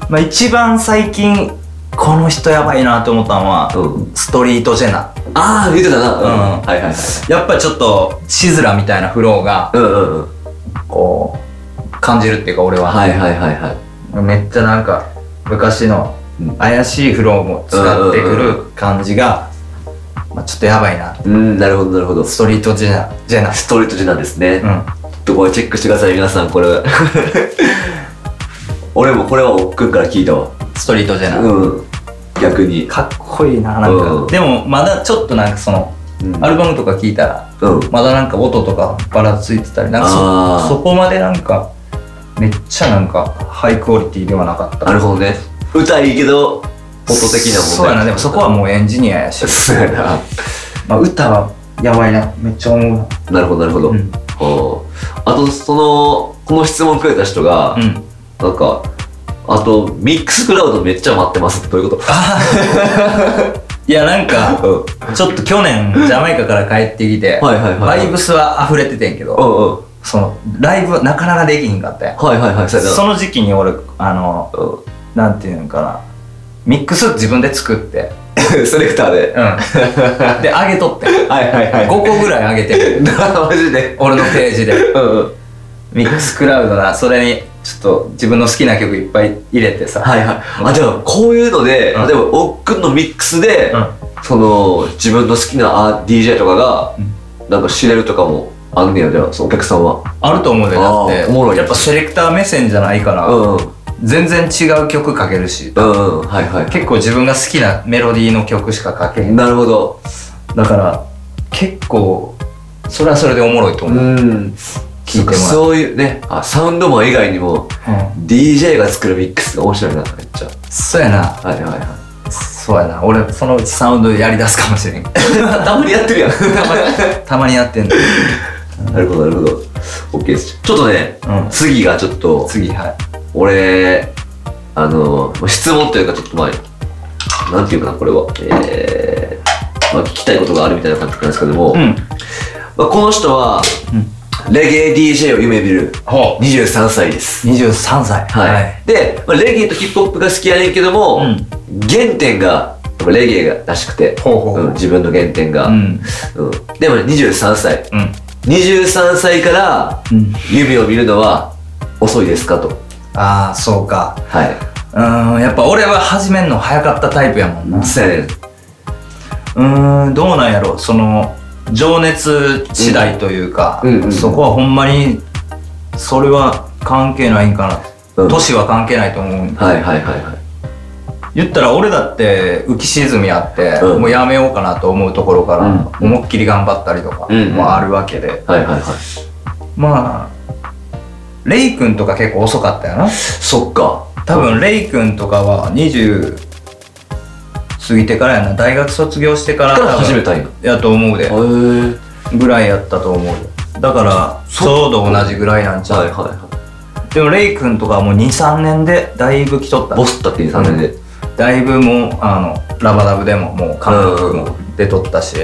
B: まあ一番最近、この人やばいなと思ったのは、
A: うん
B: ストリートジェナ。
A: ああ、見てたな。
B: うん
A: はいはいはい。
B: やっぱちょっと、シズラみたいなフローが、
A: うんうんうん。
B: こう、感じるっていうか俺は。
A: はいはいはいはい。
B: めっちゃなんか、昔の
A: うん
B: 怪しいフローも使ってく
A: うんうん
B: る感じが、まあちょっとやばいな。
A: うん、なるほどなるほど。
B: ストリートジェナ、ジェナ。
A: ストレート字なんですね。
B: うん。
A: とこれチェックしてください皆さんこれ 俺もこれはおっくんから聞いたわ
B: ストリートジェナ。
A: うん逆に
B: かっこいいななんか、
A: うん
B: でもまだちょっとなんかその
A: うん
B: アルバムとか聞いたら
A: うん
B: まだなんか音とかばらついてたりなんか
A: あー
B: そそこまでなんかめっちゃなんかハイクオリティではなかった
A: なるほどね歌いいけど音的なもん
B: そうやなでもそこはもうエンジニアやし、
A: そうやな
B: まあ、歌はやばいなめっちゃ思う
A: な
B: な
A: るほどなるほど、
B: うん
A: ほうあとそのこの質問くれた人が、
B: うん
A: なんかあとミックスクラウドめっちゃ待ってますどういうこと
B: いやなんか
A: うん
B: ちょっと去年ジャマイカから帰ってきて
A: はいはいはい
B: バイブスは溢れててんけ
A: う
B: ど
A: んうん
B: そのライブはなかなかできひんかったやん
A: はいはいはいそうやな
B: その時期に俺あのなんていうんかなミックス自分で作って
A: うん セレクターで
B: うんで上げとってん
A: はいはい
B: 5個ぐらい上げて る
A: マジで
B: 俺のページで
A: うんうん
B: ミックスクラウドなそれにちょっと自分の好きな曲いっぱい入れてさ
A: はいはいあじゃあこういうので、
B: うん
A: 例えばおっくんのミックスで、
B: うん
A: その自分の好きなあ DJ とかが、なんか知れるとかもあんねやじゃあそのお客さんは
B: あると思うでだっ
A: あ
B: て
A: ーおもろい
B: やっぱセレクター目線じゃないから、
A: うんうん
B: 全然違う曲かけるし
A: うんうんはいはい
B: 結構自分が好きなメロディーの曲しかかけへん
A: なるほど
B: だから結構それはそれでおもろいと
A: う
B: 思う、
A: ん
B: 聞いてもらう
A: そういうねあサウンドマン以外にも DJ が作るミックスが面白いなめっちゃ
B: そうやな
A: はいはいはい
B: そうやな俺そのうちサウンドやりだすかもし れん た
A: たまにやってるやん
B: まにやってんの、
A: なるほどなるほど OK ですちょっとね
B: うん、
A: 次がちょっと
B: 次はい
A: 俺あの質問というかちょっと前なんていうかなこれはえーまあ、聞きたいことがあるみたいな感じなんですけども、
B: ん
A: まあ、この人は、レゲエ DJ を夢見る
B: ほ
A: 23歳です、
B: 23歳
A: はいで、まあ、レゲエとヒップホップが好きやねんけども、
B: うん
A: 原点がやっぱレゲエらしくて、
B: ほうほうほう
A: うん自分の原点が、
B: う
A: うん
B: ん
A: でもね23歳
B: うん
A: 23歳から
B: うん
A: 夢を見るのは遅いですかと
B: ああそうか
A: はい、
B: うーんやっぱ俺は始めんの早かったタイプやもんな
A: そうやねん
B: うーんどうなんやろその情熱次第というか、
A: うんうんうん
B: そこはほんまにそれは関係ないんかな、
A: うん
B: 年は関係ないと思うん
A: はいはいはいはい
B: 言ったら俺だって浮き沈みあって、
A: うん
B: もうやめようかなと思うところから、思いっきり頑張ったりとか
A: うんうん
B: もあるわけで、
A: はいはいはい
B: まあレイ君とか結構遅かったよな
A: そっか
B: 多分レイ君とかは20過ぎてからやな大学卒業してから
A: から
B: 多分
A: 始めたんやへ
B: やと思うで
A: え
B: ぐらいやったと思うよだからちょうど同じぐらいなんちゃ
A: は
B: う、
A: いはいは
B: でもレイ君とかはもう23年でだいぶ来とった
A: いボスったって23年で、
B: だいぶもうあのラバダブでももう韓国も出とったし、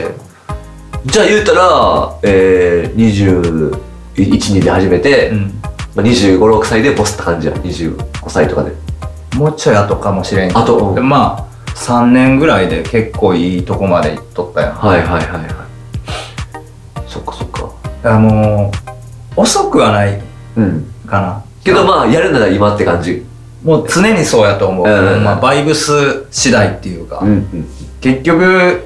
A: じゃあ言うたら、えー、21、2で始めて、まあ、25、6歳でボスって感じや。25歳とかで。
B: もうちょい後かもしれんけど
A: あと
B: でまあ3年ぐらいで結構いいとこまで行っとったよ
A: はいはいはいはい。そっかそっか。
B: だからもう遅くはない
A: うん。
B: かな
A: けどまあ、やるなら今って感じ。
B: もう常にそうやと思う、
A: うん
B: まあ、バイブス次第っていうか、
A: んうん。
B: 結局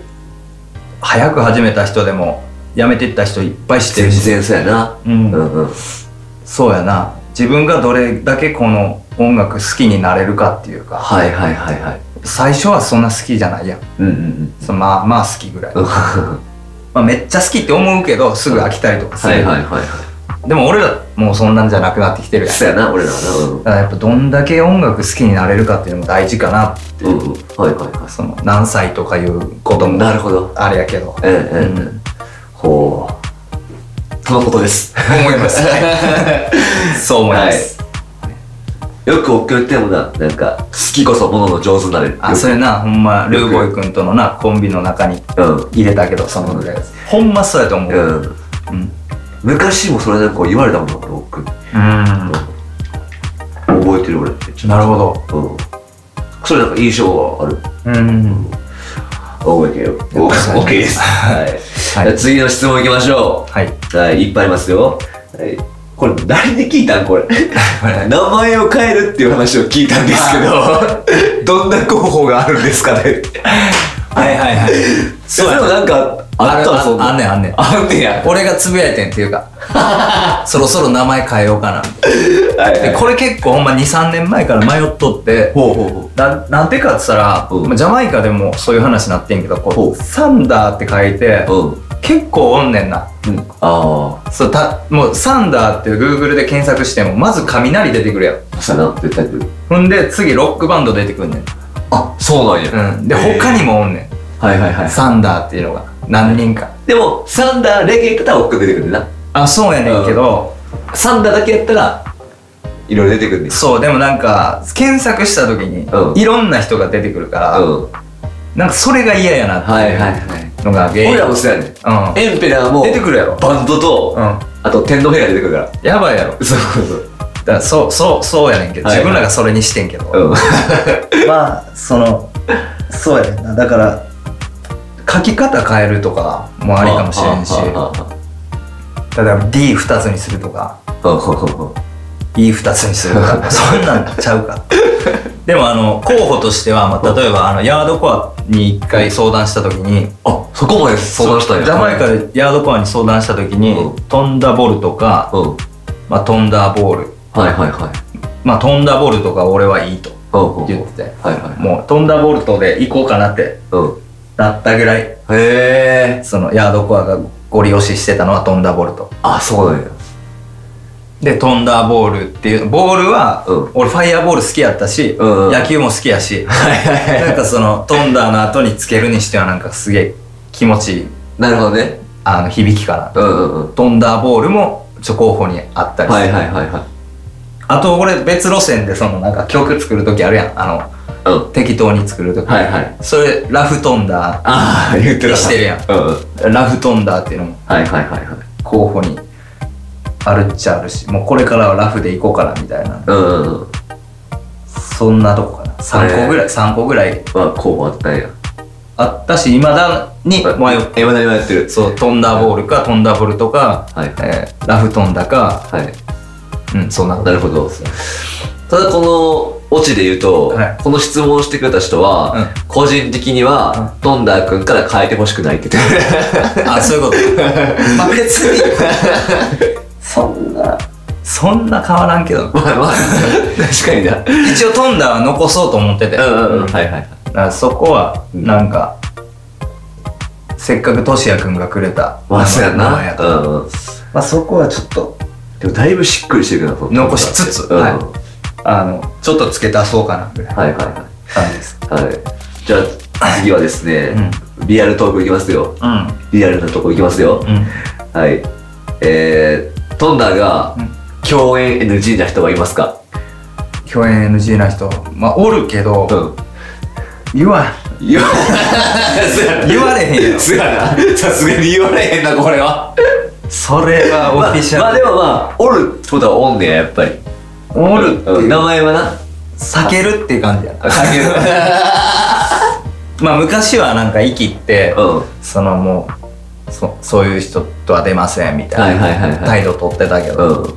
B: 早く始めた人でも辞めていった人いっぱいして
A: 全
B: るし、
A: 然そうやな。
B: う
A: うんんうん。
B: そうやな自分がどれだけこの音楽好きになれるかっていうか
A: はいはいはいはい。
B: 最初はそんな好きじゃないやん
A: うんうん
B: そのまあまあ好きぐら い、
A: うん。
B: まあ、めっちゃ好きって思うけどすぐ飽きたりとかす
A: は
B: る、
A: いはいはいはい。
B: でも俺らもうそんなんじゃなくなってきてるやん
A: そうやな、俺らはな。うん
B: だからやっぱどんだけ音楽好きになれるかっていうのも大事かな
A: うんうん。はいはいは
B: その何歳とかいうこと
A: い。
B: も
A: なるほど。
B: あれやけど
A: ええええええ。ほう。とのことです。
B: 思います。 そう思います。
A: よく送ってもな、なんか、好きこそものの上手になれる。
B: あ、それな、ほんま、ルーボイ君とのな、コンビの中に
A: うん。
B: 入れたけど、そのぐらい。ほんまそうやと思う。うん。
A: うん。昔もそれなんか言われたもんな、僕。覚えてる俺って。
B: なるほど。
A: ど。うん。それなんか印象はある。
B: うん。
A: 覚えてるよ。
B: オッケーです
A: はい。じ
B: は
A: ゃあ
B: い。
A: 次の質問いきましょ
B: はい。
A: う。はい、いっぱいありますよ。はい。これ誰に聞いたん これ。
B: れ
A: 名前を変えるっていう話を聞いたん ですけど、どんな候補があるんですかね。
B: はいはいはい。
A: そうでもなんかあった
B: あ
A: のそんな
B: あんねんあんねん
A: あんねや
B: 俺がつぶやいてんっていうか そろそろ名前変えようかなって
A: はいはい
B: でこれ結構ほんま23年前から迷っとって
A: ほうほうほう
B: ななんてかっつったら、
A: うん
B: まあジャマイカでもそういう話になってんけどこ
A: ほう
B: うサンダーって書いて
A: うん
B: 結構おんねんな
A: うんあ
B: そうたもうサンダーって Google で検索してもまず雷出てくるやん
A: あそうやな絶対来る
B: ほんで次ロックバンド出てくんねん、
A: あそうなんや、
B: うん、で
A: へー
B: 他にもおんねん、
A: はいはいはい
B: サンダーっていうのが何人か
A: でもサンダーレゲエやったら追っかけてくるんだな
B: あそうやねんけど、
A: サンダーだけやったらいろいろ出てくるんです
B: そうでもなんか検索した時に
A: うん
B: いろんな人が出てくるから、
A: うん
B: なんかそれが嫌やなって
A: はいいはいうはい
B: のが原因、
A: 俺らもそうやねん
B: う
A: エンペラーも
B: ん、出てくるやろ、
A: バンドと、
B: う
A: あと天皇陛下出てくるから
B: ん、やばいやろ
A: そうそうそう
B: だからそうそうそうやねんけど、
A: はい
B: 自分らがそれにしてんけど、
A: うん
B: まあそのそうやねんなだから書き方変えるとかもありかもしれんし
A: あ
B: 例えば
A: あああ
B: D2 つにするとか
A: うんうんうんうん
B: E2 つにする とかそんなんちゃうかでもあの候補としては、まあ、例えばあのヤードコアに一回相談した時に
A: あそこまで相談したんや
B: ジャマイカでヤードコアに相談した時に、
A: うん
B: トンダボルとか、
A: うん
B: まあ、トンダーボール
A: はいはいはい
B: まあトンダボルとか俺はいいと
A: うんうん
B: 言ってて
A: はいはい
B: もうトンダボルトで行こうかなって
A: うん
B: なったぐらい
A: へえ
B: そのヤードコアがゴリ押ししてたのはトンダーボルト
A: あそうなんや
B: でトンダーボールっていうボールは、
A: うん
B: 俺ファイヤーボール好きやったし、
A: うんうん
B: 野球も好きやし、なんかそのトンダーの後につけるにしてはなんかすげえ気持ちいい
A: なるほどね
B: あの響きかな、
A: うんうんうん
B: トンダーボールもちょ候補にあったりして、
A: はいはいはいはい
B: あと俺別路線でそのなんか曲作る時あるやんあ
A: うん
B: の適当に作る時、
A: はいはい
B: それラフトンダ
A: ああ言ってた
B: してるやん
A: うんうん
B: ーラフトンダーっていうのも
A: はいはいはいはい
B: 候補にあるっちゃあるしもうこれからはラフでいこうかなみたいな
A: うんうんうん
B: そんなとこかな3個ぐらい3個ぐらい
A: まあこうもあったんや
B: あったし未だに迷う
A: えまだに迷ってる
B: そうトンダーボールかトンダーボルトか、
A: はい
B: えーラフトンダか
A: はい
B: うんそんな
A: なるほどただこのオチで言うと、
B: はい
A: この質問をしてくれた人は、
B: うん
A: 個人的には、トンダー君から変えてほしくないって言 って
B: あそういうこと まあ別に そんなそんな変わらんけど
A: まあまあ確かにな
B: 一応トンダーは残そうと思ってて、
A: うんうんうん
B: だ
A: はいはい
B: からそこはなんか、せっかくトシヤくんがくれた
A: まあそうやん
B: 名前
A: な
B: やか
A: う
B: ら
A: んうん
B: まあ、そこはちょっと
A: でもだいぶしっくりしてるけどなその
B: 残しつつ
A: うん
B: はいあのちょっと付け足そうかなぐらい
A: はいは
B: 感じです
A: いはいはいじゃあ次はですね、リアルトークいきますよ
B: うん
A: リアルなとこいきますよ、
B: うん
A: はいえー、トンダーが
B: うん
A: 共演 NG な人はいますか
B: 共演 NG な人まあおるけど、
A: うん
B: 言わん
A: 言わそうやな
B: 言われへんよ
A: そうや なさすがに言われへんなこれは
B: それはオ
A: まあ、
B: フィシャル、
A: まあでもまあおるってことはおんねややっぱり
B: おるって、
A: うん名前はな
B: 避けるっていう感じやな
A: かける
B: まあ昔はなんか生きって、
A: うん
B: そのもうそそういう人とは出ませんみたい
A: はいはいはい
B: な
A: はい
B: 態度取ってたけど、
A: うん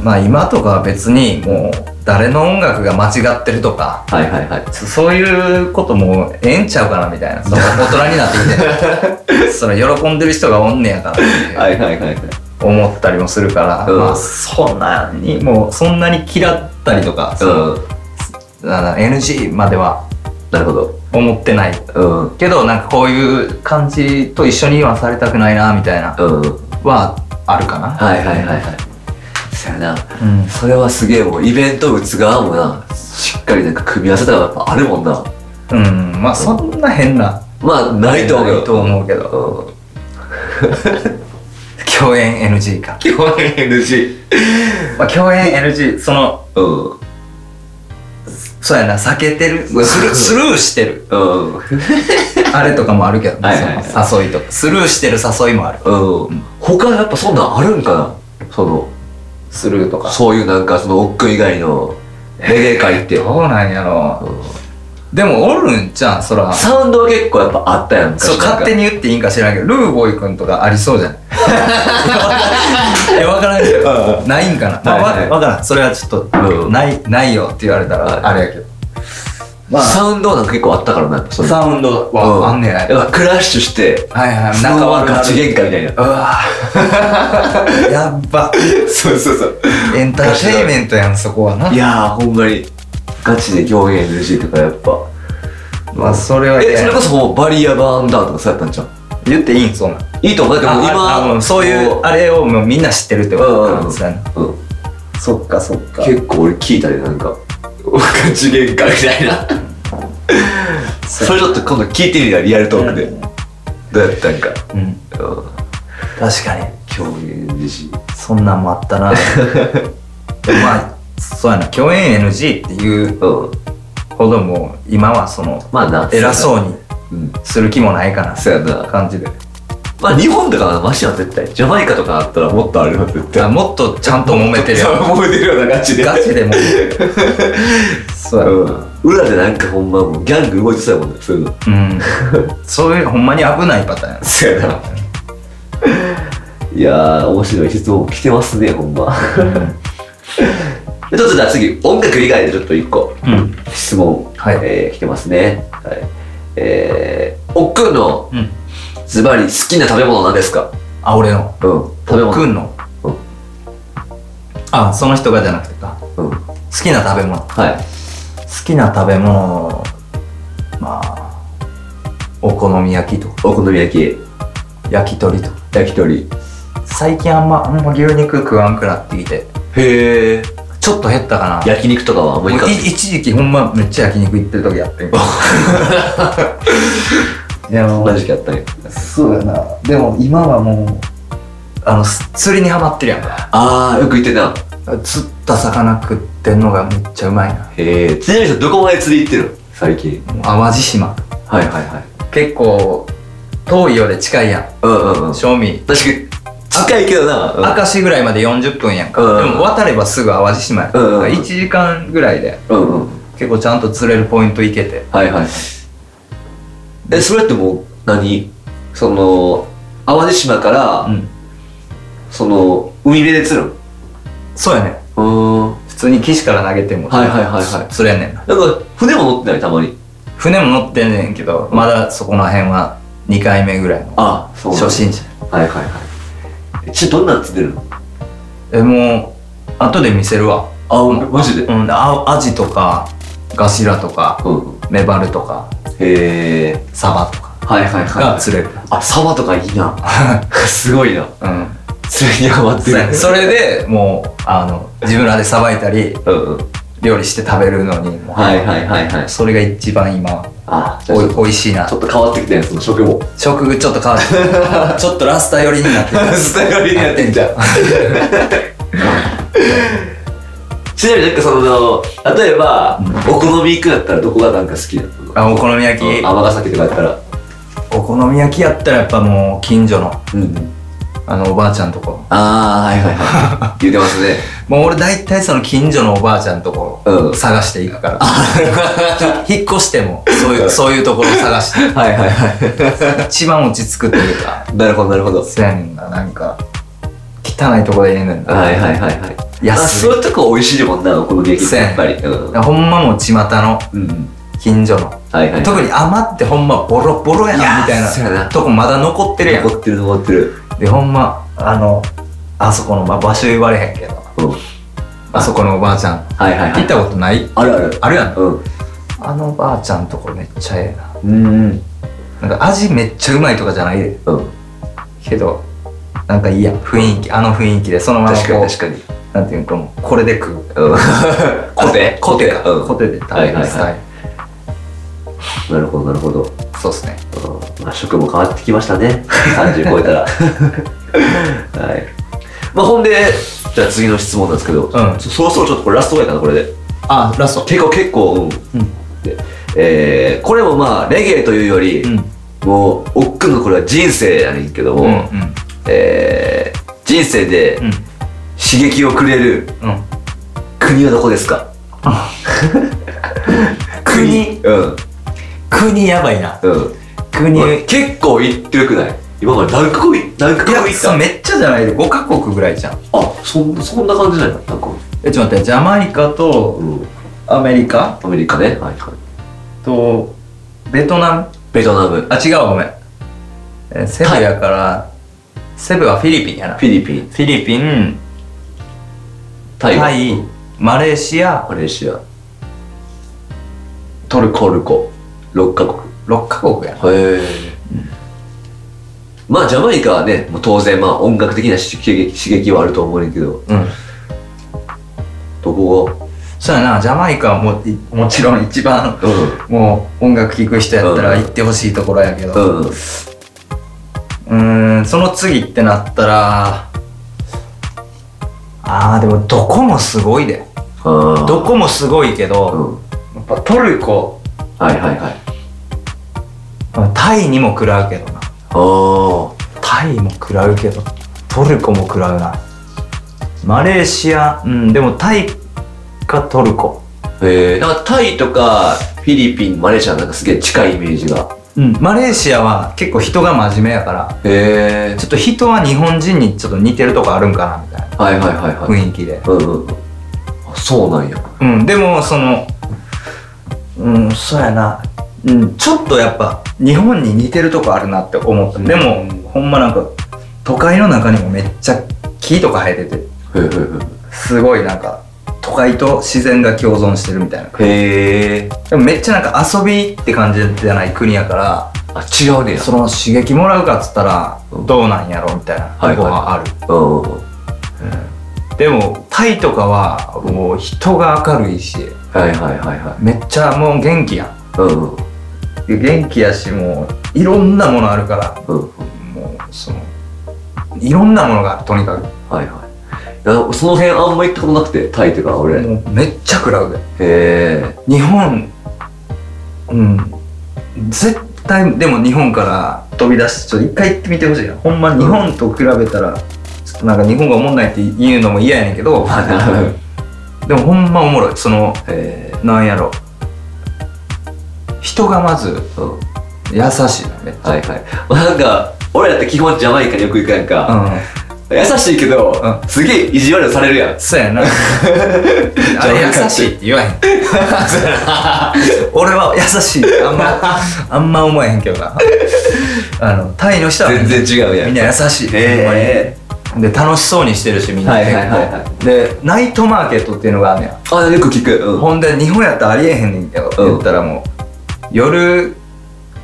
B: まあ今とかは別にもう誰の音楽が間違ってるとか
A: はいはいはい
B: そそういうこともうええんちゃうかなみたいなその大人になって きてその喜んでる人がおんねやからって
A: はいはいはいはい
B: 思ったりもするから、
A: うん
B: まあそんなにもうそんなに嫌ったりとか、その
A: うん
B: あの NG までは
A: なるほど
B: 思ってない
A: うん
B: けどなんかこういう感じと一緒にはされたくないなみたいな
A: うん
B: はあるかな、
A: はいはいはいはいそやな
B: うん、
A: それはすげえもうイベント打つ側もなしっかりなんか組み合わせたらやっぱあるもんな
B: うん、まあそんな変な
A: まあないと思う
B: ないと思うけど
A: ど、うん、
B: 共演 NG か、
A: 基本 NG
B: まあ、共演 NG その
A: うんうん
B: そうやな避けてるスル ースルーしてるあれとかもあるけど、ね
A: はいはいはい
B: その誘いとかスルーしてる誘いもある
A: うん他やっぱそんなんあるんかなその
B: スルーとか
A: そういうなんかそのおっくん以外のレゲエ界って、
B: どうなんやろ
A: うん
B: うでもおるんじゃんそら
A: サウンドは結構やっぱあったやん
B: そう勝手
A: に
B: に言っていいんか知らんけどルーボーイくんとかあり そうじゃないいや分からんけ
A: うん
B: どないんかな、まあ
A: はいはい
B: わわからんそれはちょっと、
A: うん
B: ないないよって言われた
A: はい
B: らあれやけど、まあ
A: サウンドなんか結構あったからな。その
B: サウンド
A: うん
B: はあんねや。
A: やっぱクラッシュして、
B: はいはい。
A: そのまま
B: 仲悪くなる
A: ガチ喧嘩みたいな
B: う。わぁ やっば。
A: そうそうそう。
B: エンターテインメントやん、そこはな。
A: いやー、ほんまに、ガチで表現 NG とかやっぱ。
B: まあ、それは
A: え、
B: 嫌
A: そ
B: や
A: れこそもうバリアバーンダーとかされたんじゃん。
B: 言っていいんそんなん。
A: いいと思う。だってもう
B: ああ
A: 今、
B: うんそういう、あれをもうみんな知ってるってこ
A: うんうんう
B: とか
A: ん
B: そうやな
A: うん、
B: そっか、そっか。
A: 結構俺聞いたで、なんか、ガチ喧嘩みたいな。それちょっと今度聞いてみたらリアルトークで。どうやったんか。
B: うん。
A: うん。
B: 確かに。
A: 表現 NG。
B: そんなんもあった な。まあ、そうやな。共演 NG っていう
A: うん。
B: ほども、今はその、
A: まあな。
B: 偉そうに
A: う。うん。
B: する気もないかな、
A: そうやな。
B: 感じで。
A: まあ日本とかはマシは絶対。ジャマイカとかあったらもっとあるよ、絶
B: あ
A: 対。
B: もっとちゃんと揉め てるよ。
A: そう揉めてるようなガチで。
B: ガチで揉めてる。 そうやろ。
A: うん。裏でなんかほんまもうギャング動いてたもんね、そういうの。
B: うん。そういう、ほんまに危ないパターンやな
A: そうやな。 いやー、面白い質問来てますね、ほんま。 でちょっとじゃあ次、音楽以外でちょっと一個
B: うん。
A: 質問、
B: はい
A: えー来てますね。はい。えー、おっくんの
B: うん。
A: ズバリ好きな食べ物なんですか
B: あ、俺の。
A: うん。食べ物。
B: くんの
A: うん。
B: あ、その人がじゃなくてか。
A: うん。
B: 好きな食べ物。好
A: はい。
B: きな食べ物、まあ、お好み焼きとか、
A: お好み焼き、
B: 焼き鳥とか。
A: 焼き鳥。
B: 最近あんま、あんま牛肉食わんくなってきて、
A: へえ。
B: ちょっと減ったかな。
A: 焼肉とかはあんまり
B: も
A: か
B: う
A: っ
B: い一時期ほんまめっちゃ焼肉行ってる時やってんけど いやも
A: 同
B: う
A: じ時期あったんや。
B: そうやなでも今はもうあのす釣りにハマってるやんか
A: あー、よく言ってんな。
B: 釣った魚食ってんのがめっちゃうまいな
A: へえ。ちなみにどこまで釣り行ってるの最近。
B: もう淡路島
A: はいはいはい。
B: 結構遠いようで近いやん
A: うんうんうん。
B: 正味
A: 確かに近いけどな、うん、
B: 明石ぐらいまで40分やんか、
A: うん
B: でも渡ればすぐ淡路島やん
A: うんうんうん
B: 1時間ぐらいで
A: うんうん
B: 結構ちゃんと釣れるポイント行けて
A: はいはいえそれってもう何その淡路島から、
B: うん
A: その海辺で釣る
B: そうやね
A: のうん
B: 普通に岸から投げても
A: はいはいはいはい
B: 釣れんねんな
A: なんか船も乗ってないたまに
B: 船も乗ってんねんけどまだそこの辺は2回目ぐらいの
A: あそうなんだ
B: 初心者
A: はいはいはいえちょどんなん釣れるの
B: えもう後で見せるわ
A: あ
B: うん
A: マジで
B: うんあアジとかガシラとか
A: うんうん
B: メバルとか
A: へえ
B: サバとか
A: はいはい
B: が
A: はい
B: 釣れる、
A: あサバとかいいな すごいな
B: うん
A: 釣りにハマって
B: そうやね
A: る
B: それでもうあの自分らでさばいたり
A: うんうん
B: 料理して食べるのにもう
A: はいはいはいはい
B: それが一番今
A: あじゃあ
B: お
A: ち
B: い
A: ょっと
B: おいしいな
A: ちょっと変わってきたやつの食も
B: 食具ちょっと変わってちょっとラスタ寄りになってる
A: スタイルにやってんじゃん。ちなみになんかその、例えば、お好み行くんだったらどこがなんか好きだったの
B: あお好み焼き
A: 尼崎とかだったら。
B: お好み焼きやったらやっぱもう近所の
A: うん。
B: あのおばあちゃんとこ
A: ああ、はいはいはい。 言ってますね。
B: もう俺大体その近所のおばあちゃんとこ
A: う
B: ろ
A: ん
B: 探していくから、 引っ越してもそういうそういうところを探して
A: はいはいは
B: 一番落ち着くというか
A: い。なるほどなるほど。
B: そやねんななんか汚いところでええねんな、
A: はいはいはいはい。
B: 安い
A: あそういうとこ美味しいもんな、お好み焼きってやっぱり。うん。
B: ほんまもう巷の
A: うん。
B: 近所の
A: はいはい。
B: 特に余ってほんまボロボロや
A: いやー
B: なみたい
A: そうやな
B: なとこまだ残ってるやん
A: 残ってる残ってる。
B: でほんまあのあそこの、まあ、場所言われへんけど
A: うん。
B: あそこのおばあちゃん
A: はいはいは
B: 行っ
A: い。
B: たことない
A: あるある。
B: あるやん
A: うん。
B: あのおばあちゃんとこめっちゃええな
A: うん。
B: なんか味めっちゃうまいとかじゃないで
A: うん。
B: けどなんかいいやん雰囲気あの雰囲気でそのままこ
A: 確
B: う
A: かに確かに。
B: なんていうかもうこれで食う
A: うん。
B: コ テ
A: コ
B: コ
A: テ
B: テ
A: か
B: か
A: うん
B: コテで食
A: は
B: べ
A: いはいは
B: る
A: い
B: スタイル
A: なるほどなるほど。
B: そうっすね
A: うんまあ、食も変わってきましたね30超えた らはいまあほんでじゃあ次の質問なんですけど、
B: うん
A: そそろそろちょっとこれラストぐらいかなこれで
B: あラスト
A: 結構結構うん、でえーこれもまあレゲエというより、
B: うん
A: もうおっくんのこれは人生やねんけども、
B: うんうん
A: えー人生で
B: うん
A: 刺激をくれる
B: うん
A: 国はどこですか
B: 国
A: うん
B: 国やばいな
A: うん
B: 国
A: まあ結構行ってよくない今まで何カ国い何カ
B: い
A: 国
B: や
A: 行っ
B: そう
A: た
B: めっちゃじゃないで5カ国ぐらいじゃん
A: あそんそんな感じなんやなんか
B: えちょっと待ってジャマイカ
A: う
B: と
A: ん
B: アメリカ
A: アメリカね。はいはい。
B: とベトナム
A: ベトナム
B: あ違うごめん、えーセブやからセブはフィリピンやな
A: フ
B: フ
A: ィリピン
B: ィリピン
A: タイ
B: タイマレーシア
A: マレーシアトルコトルコ6カ国
B: 6カ国やな
A: へえまあジャマイカはねもう当然まあ音楽的な刺激刺激はあると思うねんけど
B: うん
A: どこ
B: そうやなジャマイカはもういもちろん一番
A: がうん
B: もう音楽聴く人やったら行ってほしいところやけど
A: うん
B: うーんその次ってなったらあーでもどこもすごいで
A: あー
B: どこもすごいけ
A: う
B: ど、
A: ん
B: やっぱトルコ
A: はいはいはい
B: タイにも食らうけど
A: あ
B: な
A: ー
B: タイも食らうけどトルコも食らうなマレーシアうんでもタイかトルコ
A: へえなんかタイとかフィリピンマレーシアなんかすげえ近いイメージが
B: うんマレーシアは結構人が真面目やから
A: へえ
B: ちょっと人は日本人にちょっと似てるとこあるんかなみたいな
A: はいはいはいはい
B: 雰囲気で
A: うんうんうんあそうなんや
B: うんでもそのうんそうやなうんちょっとやっぱ日本に似てるとこあるなって思った、でもほんまなんか都会の中にもめっちゃ木とか生えてて
A: へえ
B: すごいなんか都会と自然が共存してるみたいな
A: へえ
B: でもめっちゃなんか遊びって感じじゃない国やから
A: あ違うねや
B: その刺激もらうかっつったらどうなんやろみたいなとこ
A: はいはい
B: はある、
A: うんうん
B: でもタイとかはもう人が明るいし
A: はいはいはいは
B: めっちゃもう元気やん
A: いうんうん
B: で元気やしもういろんなものあるから
A: うんうん
B: もうそのいろんなものがあるとにかく
A: はいはいいやその辺あんま行ったことなくてタイとか俺へ
B: もうめっちゃ食らうで
A: え
B: 日本うん絶対でも日本から飛び出してちょっと一回行ってみてほしいなほんま日本と比べたらちょっとなんか日本がおもんないって言うのも嫌やねんけ ど
A: あなるほ
B: でもほんまおもろいその
A: へえ
B: なんやろ人がまず
A: うん
B: 優しいなめっち
A: はいはいまあなんか俺らって基本ジャマイカによく行くやん
B: ゃ
A: か、
B: う
A: 優しいけど、
B: う
A: すげえ意地悪されるやん
B: んそうや なあれ優しいって言わへん俺は優しいあ んまあんま思えへんけどなあのタイの人は
A: 全然違うやん
B: みんな優しい、
A: へえ
B: ほんまにで楽しそうにしてるしみんな
A: はい
B: 結構、
A: はいはいは
B: でナイトマーケットっていうのがあんねや
A: あよく聞くうん
B: ほんで日本やったらありえへんねんけど、
A: うん
B: 言ったらもう夜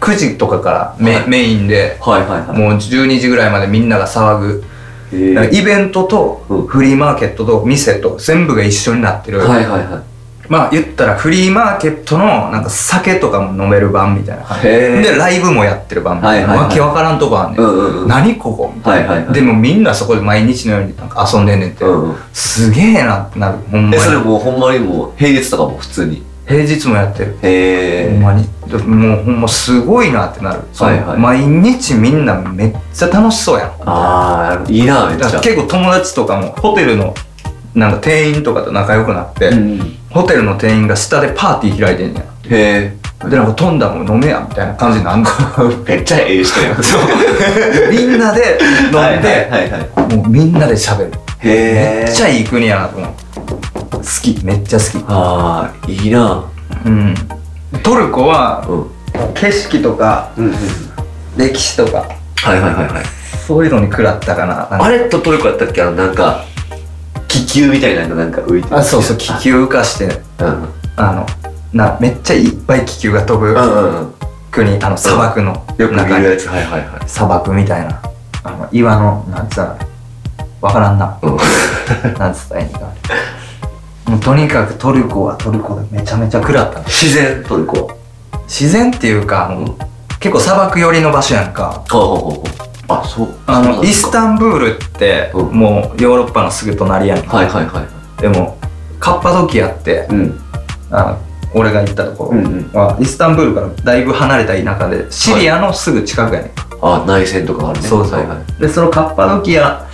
B: 9時とかからメ,、
A: はい
B: メインで
A: はいはいはい
B: もう12時ぐらいまでみんなが騒ぐ、
A: へえ
B: だからイベントと
A: うん
B: フリーマーケットと店と全部が一緒になってる、
A: はいはいは
B: まあ言ったらフリーマーケットのなんか酒とかも飲める版みたいな感じ
A: へ
B: で
A: え
B: ライブもやってる版みた
A: は
B: いな、
A: いはいはい
B: わけわからんとこあんね
A: いうんうんうん
B: 何ここみたいな、
A: はいはいはい
B: でもみんなそこで毎日のようになんか遊んでんねんって、
A: うんうん
B: すげえなってなるほんま
A: え
B: に
A: それもうほんまにもう平日とかも普通に
B: 平日もやってる、
A: へ
B: ほんまにでもうほんますごいなってなる、その
A: はいはい
B: 毎日みんなめっちゃ楽しそうやん
A: ああいいなめっ
B: だ
A: ち
B: から
A: ゃ
B: 結構友達とかもホテルのなんか店員とかと仲良くなって、
A: うん
B: ホテルの店員が下でパーティー開いてんねや
A: へ
B: でなんか飛んだもん飲めやみたいな感じになんの
A: えめっちゃええ人やん
B: みんなで飲んで、
A: はいはいはいはい
B: もうみんなで喋る
A: へえ
B: めっちゃいい国やなと思う好きめっちゃ好き
A: ああいいな
B: うんトルコは
A: うん
B: 景色とか
A: うんうん
B: 歴史とか
A: はいはいはいはい
B: そういうのに食らったかななんか
A: あれとトルコやったっけあのなんか気球みたいなのなんか浮いてる
B: あそうそう気球浮かして
A: うん
B: あのなめっちゃいっぱい気球が飛
A: う
B: ぶ
A: んうんうん
B: 国あの砂漠の
A: よく見
B: 中
A: る
B: に
A: やつはいはいはい
B: 砂漠みたいなあの岩のなんつうのわからんな
A: うん
B: なんつったらいいんかあれもうとにかくトルコはトルコでめちゃめちゃ食らったね
A: 自然トルコ
B: 自然っていうかもう結構砂漠寄りの場所やんか
A: ほうほうほうほうあそう
B: あ
A: そうなん
B: の
A: で
B: イ
A: す
B: ス
A: か
B: タンブールって
A: うん
B: もうヨーロッパのすぐ隣やんか、
A: はいはいはい
B: でもカッパドキアって
A: うん
B: あ俺が行ったところ
A: うんうん
B: は、イスタンブールからだいぶ離れた田舎でシリアのすぐ近くやねん、
A: あ内戦とかあるね
B: そうそう、
A: はいはい
B: でそのカッパドキア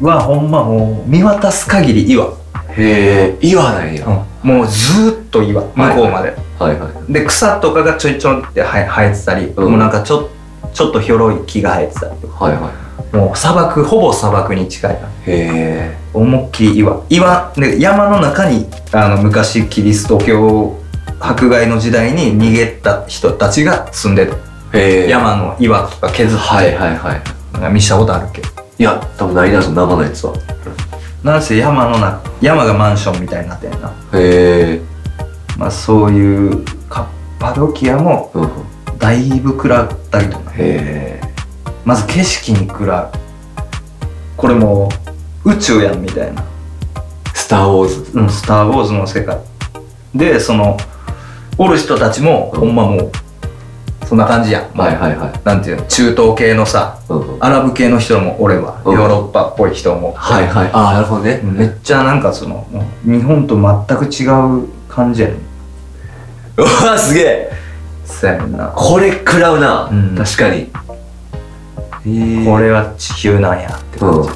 B: はほんまもう見渡す限り岩、
A: へえ岩なんや
B: もうずーっと岩向こうまで、
A: はいはい
B: で草とかがちょいちょいって生え生えてたり、
A: うん
B: もうなんかちょちょっとひょろい木が生えてたりとか
A: はいは
B: もう砂漠ほぼ砂漠に近いから
A: いへ
B: 思いっきり岩岩で山の中にあの昔キリスト教迫害の時代に逃げた人たちが住んでる、
A: ええ
B: 山の岩とか削って、
A: はいはいはい
B: なんか見したことあるけど
A: いや多分ないなその生のやつは
B: なんせ山のな山がマンションみたいになってんな、
A: へえ
B: まあ、そういうカッパドキアも
A: うんうん
B: だいぶ食らったりとか
A: へ
B: まず景色に食らうこれもう宇宙やんみたいな
A: えスター・ウォーズ
B: うん「スター・ウォーズ」の世界でそのおる人たちもほんまもうそんな感じやん、まあ
A: はいはいはい
B: なんていうの中東系のさ
A: うんうん
B: アラブ系の人もおれば
A: う
B: ヨ
A: ん
B: ーロッパっぽい人も、
A: はいはいああなるほどね
B: めっちゃなんかそのもう日本と全く違う感じやねん
A: うわすげえ
B: そやねんな
A: これ食らうな、
B: うん
A: 確かにへえ
B: これは地球なんやって感じ、
A: うん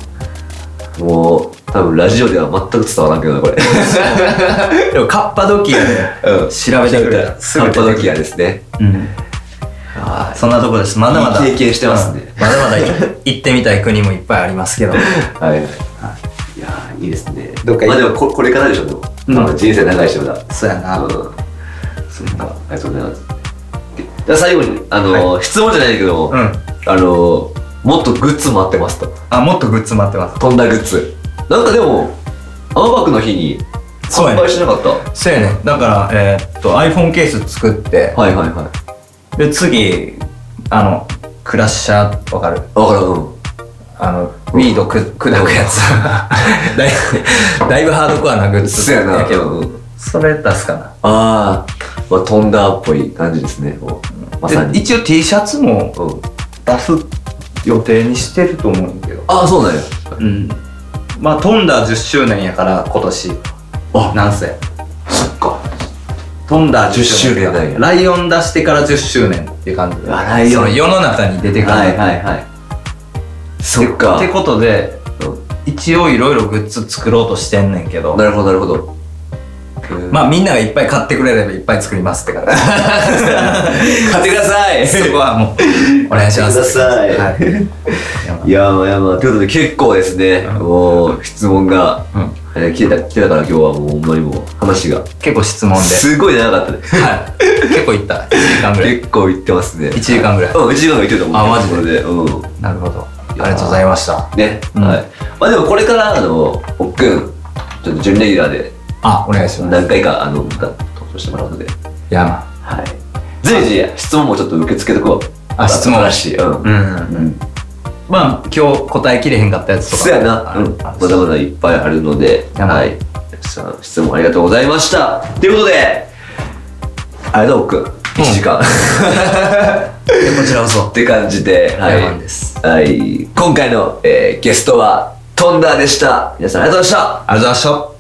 A: もう多分ラジオでは全く伝わらんけどなこれ
B: でもカッパドキアね、
A: うん
B: 調べてくれたらす
A: カッ
B: ぐ出てく
A: パ
B: る
A: ドキアですね
B: うん、
A: は
B: そんなとこですまだまだ
A: いい経験して ますね
B: うんまだまだ行ってみたい国もいっぱいありますけど
A: いはいいやーいいですね
B: どっか行
A: ま
B: く
A: あでもここれからでしょでも、
B: うん
A: まあ人生長いしまだ
B: そうやな、
A: うん
B: そっか
A: ありがとうございますじゃあ最後にあのー質問じゃないけども、
B: うん
A: あのーもっとグッズ待ってますと
B: あもっとグッズ待ってます
A: 飛んだグッズなんかでもアマバクの日に
B: そうや
A: 販
B: ね
A: 売してなかった、
B: そうやねだから、えーっと iPhone ケース作って、
A: はいはいはい
B: で次あのクラッシャーわかる
A: わからんうん
B: あのウィードく砕くやつだいぶだいぶハードコアなグッズ
A: そうやな
B: けど
A: うん
B: それ出すかな
A: ああ、まあ、飛んだっぽい感じですね。こうまさ
B: で
A: に。
B: 一応 T シャツも
A: うん、
B: 出す予定にしてると思うんだけど
A: ああ、そうなんや。
B: うんまあ飛んだ10周年やから今年
A: あ
B: なんせ
A: そっか。
B: 飛んだ
A: 10周年なんや
B: ライオン出してから10周年っていう感じで
A: あライオン
B: その世の中に出てから
A: はいはいはい。そっか。
B: ってことで
A: う
B: 一応いろいろグッズ作ろうとしてんねんけど
A: んなるほどなるほど。うん
B: まあみんながいっぱい買ってくれればいっぱい作りますってから
A: 買ってください。
B: そこはもうお願いします
A: 買ってください
B: はい
A: いやまあいやまあということで結構ですね、
B: うん
A: もう質問が、
B: うん
A: えー来てた来てたから今日はもうほんまにもう話が
B: 結構質問で、
A: すごい長かったね。
B: はい、結構いった1時間ぐらい
A: 結構いってますね。
B: 1時間ぐらい
A: うん、1時間もいってると思う。
B: あマジで
A: これうん。
B: なるほどありがとうございました
A: ね、
B: うん
A: はいまあでもこれからあのおっくんちょっと準レギュラーで
B: あお願いします
A: 何回かあのまた登場してもらうので、
B: いやま
A: はい、随時質問もちょっと受け付けとこう
B: あ質問
A: らしいうん、
B: あうん
A: うん、
B: まあ今日答えきれへんかったやつとか
A: そうやな、
B: あ
A: う
B: る
A: ん、ま
B: あ
A: だまだいっぱいあるので、
B: やば
A: はいい、たくさん質問ありがとうございましたということであれだおっくん1時 間、
B: こちらこそ
A: って感じで、はい
B: やばいです
A: はい、今回の、えーゲストはトンダーでした皆さんありがとうございました
B: ありがとうございました